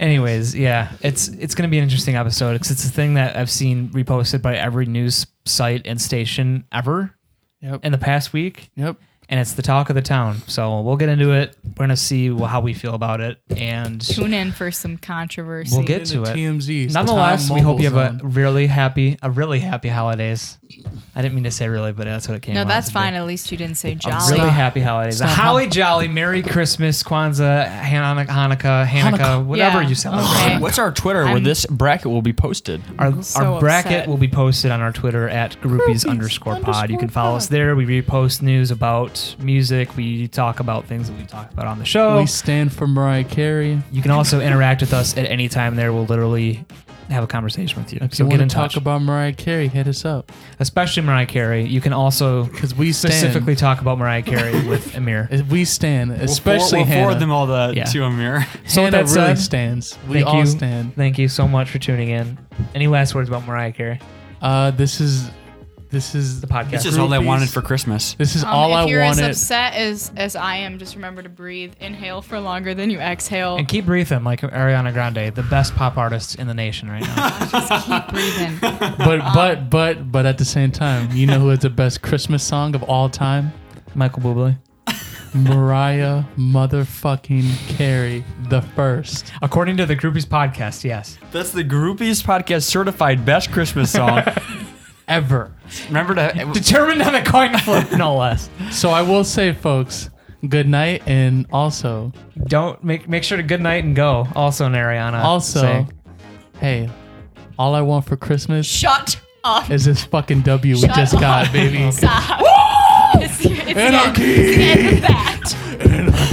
[SPEAKER 5] Anyways, yeah, it's it's going to be an interesting episode because it's a thing that I've seen reposted by every news site and station ever
[SPEAKER 6] yep,
[SPEAKER 5] in the past week,
[SPEAKER 6] yep.
[SPEAKER 5] and it's the talk of the town. So we'll get into it. We're going to see wh- how we feel about it, and
[SPEAKER 4] Tune in for some controversy.
[SPEAKER 5] we'll get
[SPEAKER 6] In
[SPEAKER 5] to
[SPEAKER 6] the
[SPEAKER 5] it.
[SPEAKER 6] TMZ. 's
[SPEAKER 5] Nonetheless,
[SPEAKER 6] Tom
[SPEAKER 5] we hope you have
[SPEAKER 6] Mobile
[SPEAKER 5] a
[SPEAKER 6] Zone.
[SPEAKER 5] really happy, a really happy holidays. I didn't mean to say really, but that's what it came.
[SPEAKER 4] no,
[SPEAKER 5] out
[SPEAKER 4] that's
[SPEAKER 5] to be.
[SPEAKER 4] fine. At least you didn't say jolly. Um,
[SPEAKER 5] Really happy holidays. A Holly jolly, Merry Christmas, Kwanzaa, Han- Hanukkah, Hanukkah, whatever
[SPEAKER 4] Yeah.
[SPEAKER 5] you celebrate.
[SPEAKER 4] Okay.
[SPEAKER 3] What's our Twitter where
[SPEAKER 4] I'm-
[SPEAKER 3] this bracket will be posted?
[SPEAKER 5] Our,
[SPEAKER 4] so
[SPEAKER 5] our bracket
[SPEAKER 4] upset.
[SPEAKER 5] will be posted on our Twitter at groupies underscore pod. You can follow us there. We repost news about music. We talk about things that we talked about on the show.
[SPEAKER 6] We stand for Mariah Carey.
[SPEAKER 5] you can also interact with us at any time there. We'll literally have a conversation with you.
[SPEAKER 6] If
[SPEAKER 5] so
[SPEAKER 6] you
[SPEAKER 5] get
[SPEAKER 6] want
[SPEAKER 5] in
[SPEAKER 6] to talk
[SPEAKER 5] touch.
[SPEAKER 6] about Mariah Carey, hit us up
[SPEAKER 5] Especially Mariah Carey. You can also
[SPEAKER 6] because we stand.
[SPEAKER 5] specifically talk about Mariah Carey with Amir.
[SPEAKER 6] we stand, especially
[SPEAKER 3] we'll forward,
[SPEAKER 6] Hannah.
[SPEAKER 3] them all the
[SPEAKER 5] Yeah.
[SPEAKER 3] to Amir.
[SPEAKER 5] So with
[SPEAKER 6] Hannah
[SPEAKER 5] that
[SPEAKER 6] really
[SPEAKER 5] said,
[SPEAKER 6] stands. We
[SPEAKER 5] uh, Thank
[SPEAKER 6] all
[SPEAKER 5] you.
[SPEAKER 6] stand.
[SPEAKER 5] Thank you so much for tuning in. Any last words about Mariah Carey?
[SPEAKER 6] Uh, this is this is
[SPEAKER 5] The podcast.
[SPEAKER 3] This is all I
[SPEAKER 6] Groupies.
[SPEAKER 3] wanted for Christmas.
[SPEAKER 6] This is
[SPEAKER 4] Um,
[SPEAKER 6] all
[SPEAKER 4] if
[SPEAKER 6] I
[SPEAKER 4] you're
[SPEAKER 6] wanted.
[SPEAKER 4] as upset as as I am, just remember to breathe. Inhale for longer than you exhale.
[SPEAKER 5] And keep breathing like Ariana Grande, the best pop artist in the nation right now.
[SPEAKER 4] just keep breathing.
[SPEAKER 6] but but but but at the same time, you know who has the best Christmas song of all time?
[SPEAKER 5] Michael Bublé.
[SPEAKER 6] Mariah motherfucking Carey the first.
[SPEAKER 5] According to the Groupies podcast, yes.
[SPEAKER 3] That's the Groupies Podcast certified best Christmas song ever. Remember to
[SPEAKER 5] Determined on a coin flip, no less.
[SPEAKER 6] So I will say, folks, good night, and also
[SPEAKER 5] Don't make make sure to good night and go. Also an Ariana.
[SPEAKER 6] also,
[SPEAKER 5] saying.
[SPEAKER 6] hey, all I want for Christmas
[SPEAKER 4] Shut up.
[SPEAKER 6] is this fucking W we
[SPEAKER 4] Shut
[SPEAKER 6] just got,
[SPEAKER 4] up.
[SPEAKER 6] baby.
[SPEAKER 4] Stop. It's, the- it's the end-
[SPEAKER 6] Anarchy!
[SPEAKER 4] it's the end of that.